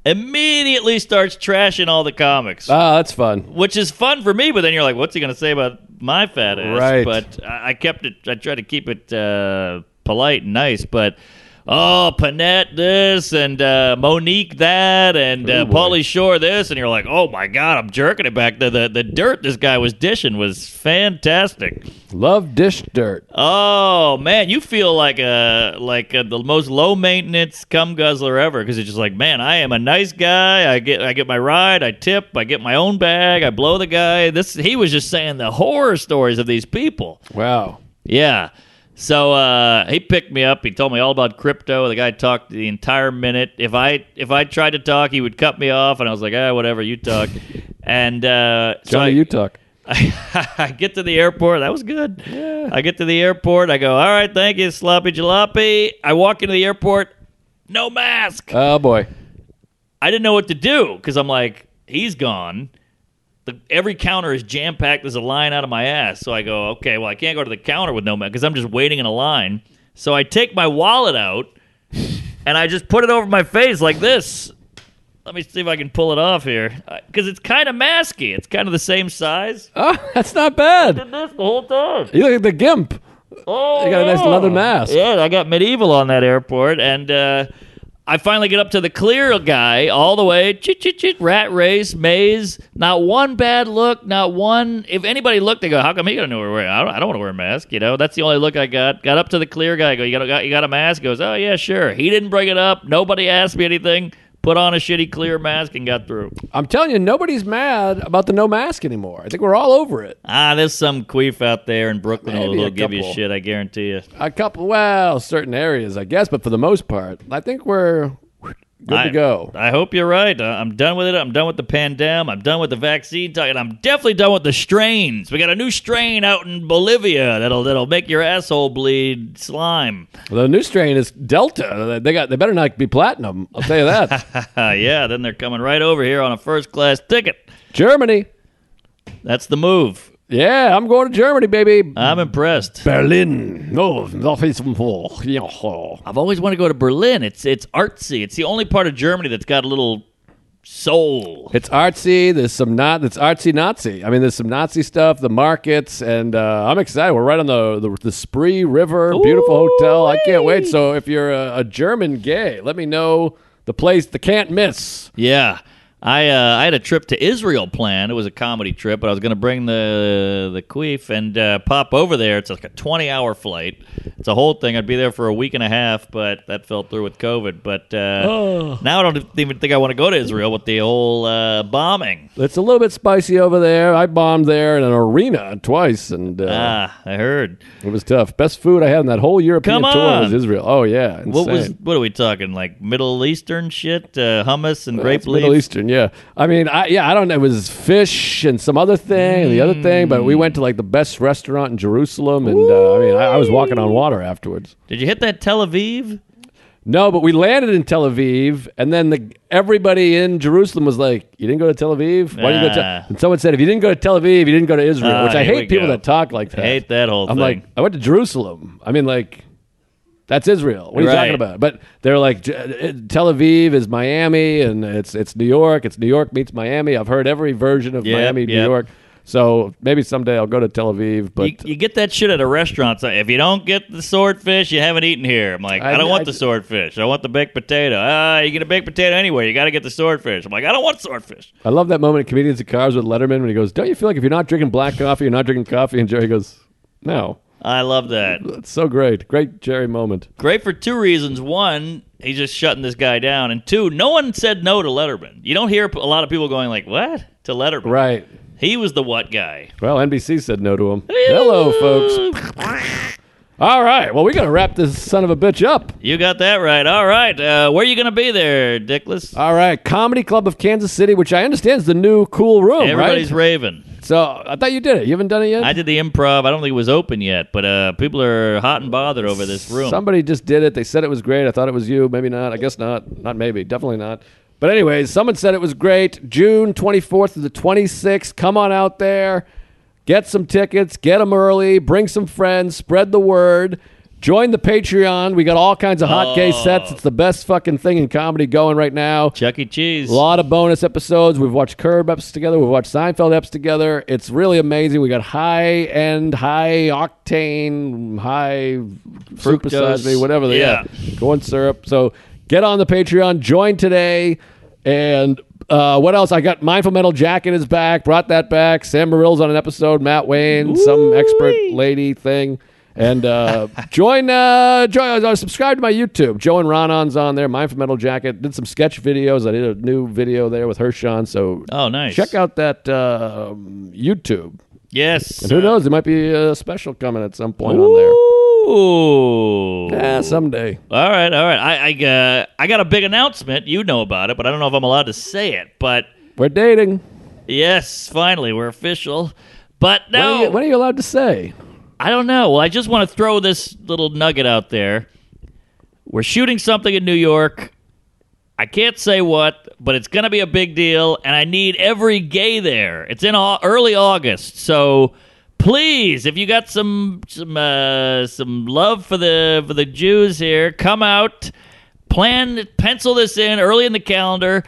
[SPEAKER 1] Immediately starts trashing all the comics
[SPEAKER 2] Ah, that's fun.
[SPEAKER 1] which is fun for me. But then you're like, what's he going to say about my fat ass?
[SPEAKER 2] Right.
[SPEAKER 1] But I, I kept it. I tried to keep it uh, polite and nice, but. Oh, Panette this and uh, Monique that and uh,
[SPEAKER 2] Ooh, boy.
[SPEAKER 1] Paulie Shore this and you're like, oh my god, I'm jerking it back. The, the the dirt this guy was dishing was fantastic.
[SPEAKER 2] Love dish dirt.
[SPEAKER 1] Oh man, you feel like a like a, the most low maintenance cum guzzler ever because it's just like, man, I am a nice guy. I get I get my ride, I tip, I get my own bag, I blow the guy. This he was just saying the horror stories of these people.
[SPEAKER 2] Wow.
[SPEAKER 1] Yeah. So uh, he picked me up. He told me all about crypto. The guy talked the entire minute. If I if I tried to talk, he would cut me off, and I was like, ah, whatever, you talk. and uh, so I-
[SPEAKER 2] Johnny Utah.
[SPEAKER 1] I, I get to the airport. That was good. I get to the airport. I go, all right, thank you, sloppy jalopy. I walk into the airport, no mask.
[SPEAKER 2] Oh boy.
[SPEAKER 1] I didn't know what to do because I'm like, he's gone. The, every counter is jam packed. There's a line out of my ass. So I go, okay, well, I can't go to the counter with no mask because I'm just waiting in a line. So I take my wallet out and I just put it over my face like this. Let me see if I can pull it off here, because it's kind of masky. It's kind of the same size.
[SPEAKER 2] Oh, that's not bad.
[SPEAKER 1] Did this the whole time.
[SPEAKER 2] You look like the gimp.
[SPEAKER 1] Oh,
[SPEAKER 2] You got a nice
[SPEAKER 1] yeah.
[SPEAKER 2] leather mask.
[SPEAKER 1] Yeah, I got medieval on that airport, and uh, I finally get up to the clear guy all the way. Chit chit chit. Rat race maze. Not one bad look. Not one. If anybody looked, they go, "How come he gonna wear? I don't, I don't want to wear a mask." You know, that's the only look I got. Got up to the clear guy. I go, "You got, a- you got a mask?" He goes, "Oh yeah, sure." He didn't bring it up. Nobody asked me anything. Put on a shitty clear mask and got through.
[SPEAKER 2] I'm telling you, nobody's mad about the no mask anymore. I think we're all over it.
[SPEAKER 1] Ah, there's some queef out there in Brooklyn
[SPEAKER 2] Maybe
[SPEAKER 1] who'll
[SPEAKER 2] a
[SPEAKER 1] who'll give you
[SPEAKER 2] couple.
[SPEAKER 1] shit. I guarantee you.
[SPEAKER 2] A couple, well, certain areas, I guess, but for the most part, I think we're good
[SPEAKER 1] I,
[SPEAKER 2] to go.
[SPEAKER 1] I hope you're right. I- I'm done with it. I'm done with the pandemic. I'm done with the vaccine talk, and I'm definitely done with the strains. We got a new strain out in Bolivia that'll that'll make your asshole bleed slime.
[SPEAKER 2] The new strain is Delta. They got. They better not be platinum. I'll tell you that.
[SPEAKER 1] Uh, yeah, then they're coming right over here on a first class ticket.
[SPEAKER 2] Germany.
[SPEAKER 1] That's the move.
[SPEAKER 2] Yeah, I'm going to Germany, baby.
[SPEAKER 1] I'm impressed.
[SPEAKER 2] Berlin. No, that is oh, yeah.
[SPEAKER 1] I've always wanted to go to Berlin. It's it's artsy. It's the only part of Germany that's got a little soul.
[SPEAKER 2] It's artsy. There's some not. It's artsy Nazi. I mean, there's some Nazi stuff. The markets, and uh, I'm excited. We're right on the the, the Spree River. Beautiful hotel. I can't wait. So if you're a, a German gay, let me know the place. The can't miss.
[SPEAKER 1] Yeah. I uh, I had a trip to Israel planned. It was a comedy trip, but I was going to bring the the queef and uh, pop over there. It's like a twenty hour flight. It's a whole thing. I'd be there for a week and a half, but that fell through with COVID. But uh,
[SPEAKER 2] Oh.
[SPEAKER 1] now I don't even think I want to go to Israel with the whole uh, bombing.
[SPEAKER 2] It's a little bit spicy over there. I bombed there in an arena twice, and uh,
[SPEAKER 1] Ah, I heard.
[SPEAKER 2] it was tough. Best food I had in that whole European
[SPEAKER 1] Come
[SPEAKER 2] tour was
[SPEAKER 1] on.
[SPEAKER 2] Israel. Oh yeah, insane.
[SPEAKER 1] What was what are we talking? Like Middle Eastern shit, uh, hummus and grape
[SPEAKER 2] It's Middle
[SPEAKER 1] leaves.
[SPEAKER 2] Eastern, yeah. I mean, I, yeah, I don't know. It was fish and some other thing and the other thing, but we went to like the best restaurant in Jerusalem, and uh, I mean, I, I was walking on water afterwards.
[SPEAKER 1] Did you hit that Tel Aviv?
[SPEAKER 2] No, but we landed in Tel Aviv, and then the, everybody in Jerusalem was like, "You didn't go to Tel Aviv? Why did you go?" To-?
[SPEAKER 1] Ah.
[SPEAKER 2] And someone said, "If you didn't go to Tel Aviv, you didn't go to Israel,"
[SPEAKER 1] Ah,
[SPEAKER 2] which I
[SPEAKER 1] here we
[SPEAKER 2] hate people
[SPEAKER 1] go.
[SPEAKER 2] that talk like
[SPEAKER 1] I
[SPEAKER 2] that.
[SPEAKER 1] hate that whole
[SPEAKER 2] I'm
[SPEAKER 1] thing.
[SPEAKER 2] like, I went to Jerusalem. I mean, like, that's Israel. What are you
[SPEAKER 1] Right.
[SPEAKER 2] talking about? But they're like, J- uh, Tel Aviv is Miami, and it's it's New York. It's New York meets Miami. I've heard every version of
[SPEAKER 1] Yep,
[SPEAKER 2] Miami, New
[SPEAKER 1] yep.
[SPEAKER 2] York. So maybe someday I'll go to Tel Aviv. But
[SPEAKER 1] you, you get that shit at a restaurant. So if you don't get the swordfish, you haven't eaten here. I'm like, I,
[SPEAKER 2] I-
[SPEAKER 1] don't want
[SPEAKER 2] I-
[SPEAKER 1] the swordfish. I want the baked potato. Ah, you get a baked potato anyway. You got to get the swordfish. I'm like, I don't want swordfish.
[SPEAKER 2] I love that moment in Comedians in Cars with Letterman when he goes, "Don't you feel like if you're not drinking black coffee, you're not drinking coffee?" And Jerry goes, "No."
[SPEAKER 1] I love that.
[SPEAKER 2] That's so great. Great Jerry moment.
[SPEAKER 1] Great for two reasons. One, he's just shutting this guy down, and two, no one said no to Letterman. You don't hear a lot of people going like, "What?" to Letterman.
[SPEAKER 2] Right.
[SPEAKER 1] He was the what guy.
[SPEAKER 2] Well, NBC said no to him. Hello, folks. All right. Well, we got to wrap this son of a bitch up.
[SPEAKER 1] You got that right. All right. Uh, where are you going to be there, Dickless?
[SPEAKER 2] All right, Comedy Club of Kansas City, which I understand is the new cool room,
[SPEAKER 1] Everybody's
[SPEAKER 2] right?
[SPEAKER 1] raving.
[SPEAKER 2] So I thought you did it. You haven't done it yet.
[SPEAKER 1] I did the improv. I don't think it was open yet, but uh, people are hot and bothered over this room.
[SPEAKER 2] Somebody just did it. They said it was great. I thought it was you. Maybe not. I guess not. Not maybe. Definitely not. But anyways, someone said it was great. June 24th to the 26th. Come on out there. Get some tickets. Get them early. Bring some friends. Spread the word. Join the Patreon. We got all kinds of hot gay
[SPEAKER 1] Oh.
[SPEAKER 2] sets. It's the best fucking thing in comedy going right now.
[SPEAKER 1] Chuck E. Cheese.
[SPEAKER 2] A lot of bonus episodes. We've watched Curb eps together. We've watched Seinfeld eps together. It's really amazing. We got high end, high octane, high supersize me, whatever they
[SPEAKER 1] Yeah.
[SPEAKER 2] are. Corn syrup. So get on the Patreon. Join today. And uh, what else? I got Mindful Metal Jacket is back. Brought that back. Sam Marill's on an episode. Matt Wayne, some expert lady thing. And uh, join, uh, join, uh, subscribe to my YouTube. Joe and Ronon's on there. Mindful Metal Jacket did some sketch videos. I did a new video there with Hershon. So
[SPEAKER 1] Oh, nice.
[SPEAKER 2] check out that uh, um, YouTube.
[SPEAKER 1] Yes.
[SPEAKER 2] And who knows? There might be a special coming at some point on there.
[SPEAKER 1] Ooh.
[SPEAKER 2] Yeah, someday.
[SPEAKER 1] All right, all right. I I, uh, I got a big announcement. You know about it, but I don't know if I'm allowed to say it. But
[SPEAKER 2] We're dating.
[SPEAKER 1] yes, finally, we're official. But
[SPEAKER 2] What
[SPEAKER 1] no,
[SPEAKER 2] are you- what are you allowed to say?
[SPEAKER 1] I don't know. Well, I just want to throw this little nugget out there. We're shooting something in New York. I can't say what, but it's going to be a big deal, and I need every gay there. It's in au- early August, so please, if you got some some uh, some love for the for the Jews here, come out. Plan pencil this in early in the calendar.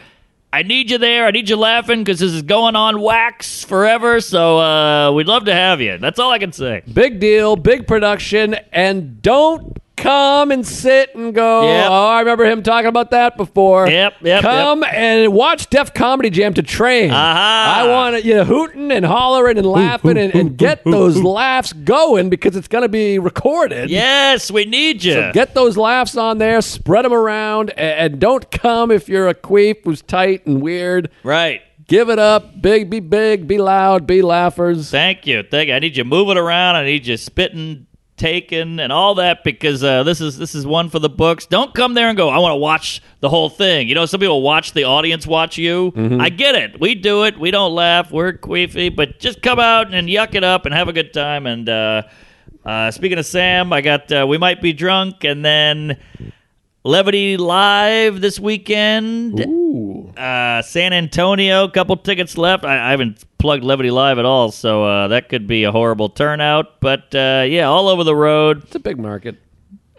[SPEAKER 1] I need you there. I need you laughing because this is going on wax forever. So uh, we'd love to have you. That's all I can say.
[SPEAKER 2] Big deal, big production, and don't come and sit and go.
[SPEAKER 1] Yep.
[SPEAKER 2] Oh, I remember him talking about that before.
[SPEAKER 1] Yep, yep,
[SPEAKER 2] Come and watch Def Comedy Jam to train.
[SPEAKER 1] Aha.
[SPEAKER 2] I want you hooting and hollering and laughing and, and get those laughs going because it's going to be recorded.
[SPEAKER 1] Yes, we need you.
[SPEAKER 2] So get those laughs on there, spread them around, a- and don't come if you're a queef who's tight and weird.
[SPEAKER 1] right.
[SPEAKER 2] Give it up. Big, be big, be loud, be laughers.
[SPEAKER 1] Thank you. Thank you. I need you moving around. I need you spitting, taking, and all that because uh, this is this is one for the books. Don't come there and go. I want to watch the whole thing. You know, some people watch the audience watch you. I get it. We do it. We don't laugh. We're queefy, but just come out and yuck it up and have a good time. And uh, uh, speaking of Sam, I got uh, we might be drunk, and then Levity Live this weekend
[SPEAKER 2] Ooh.
[SPEAKER 1] uh, San Antonio, couple tickets left. I, I haven't plugged Levity Live at all, so uh, that could be a horrible turnout. But uh, yeah, all over the road.
[SPEAKER 2] It's a big market.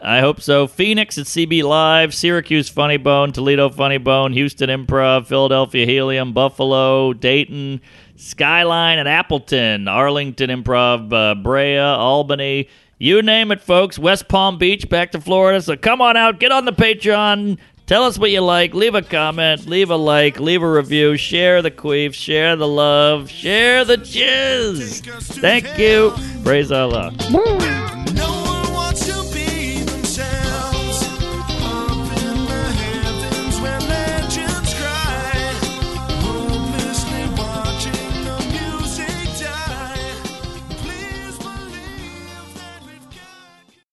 [SPEAKER 1] I hope so. Phoenix at CB Live, Syracuse Funny Bone, Toledo Funny Bone, Houston Improv, Philadelphia Helium, Buffalo, Dayton, Skyline at Appleton, Arlington Improv, uh, Brea, Albany. You name it, folks. West Palm Beach, back to Florida. So come on out, get on the Patreon. Tell us what you like. Leave a comment, leave a like, leave a review. Share the queef, share the love, share the jizz. Thank you. Praise Allah.
[SPEAKER 3] Take us to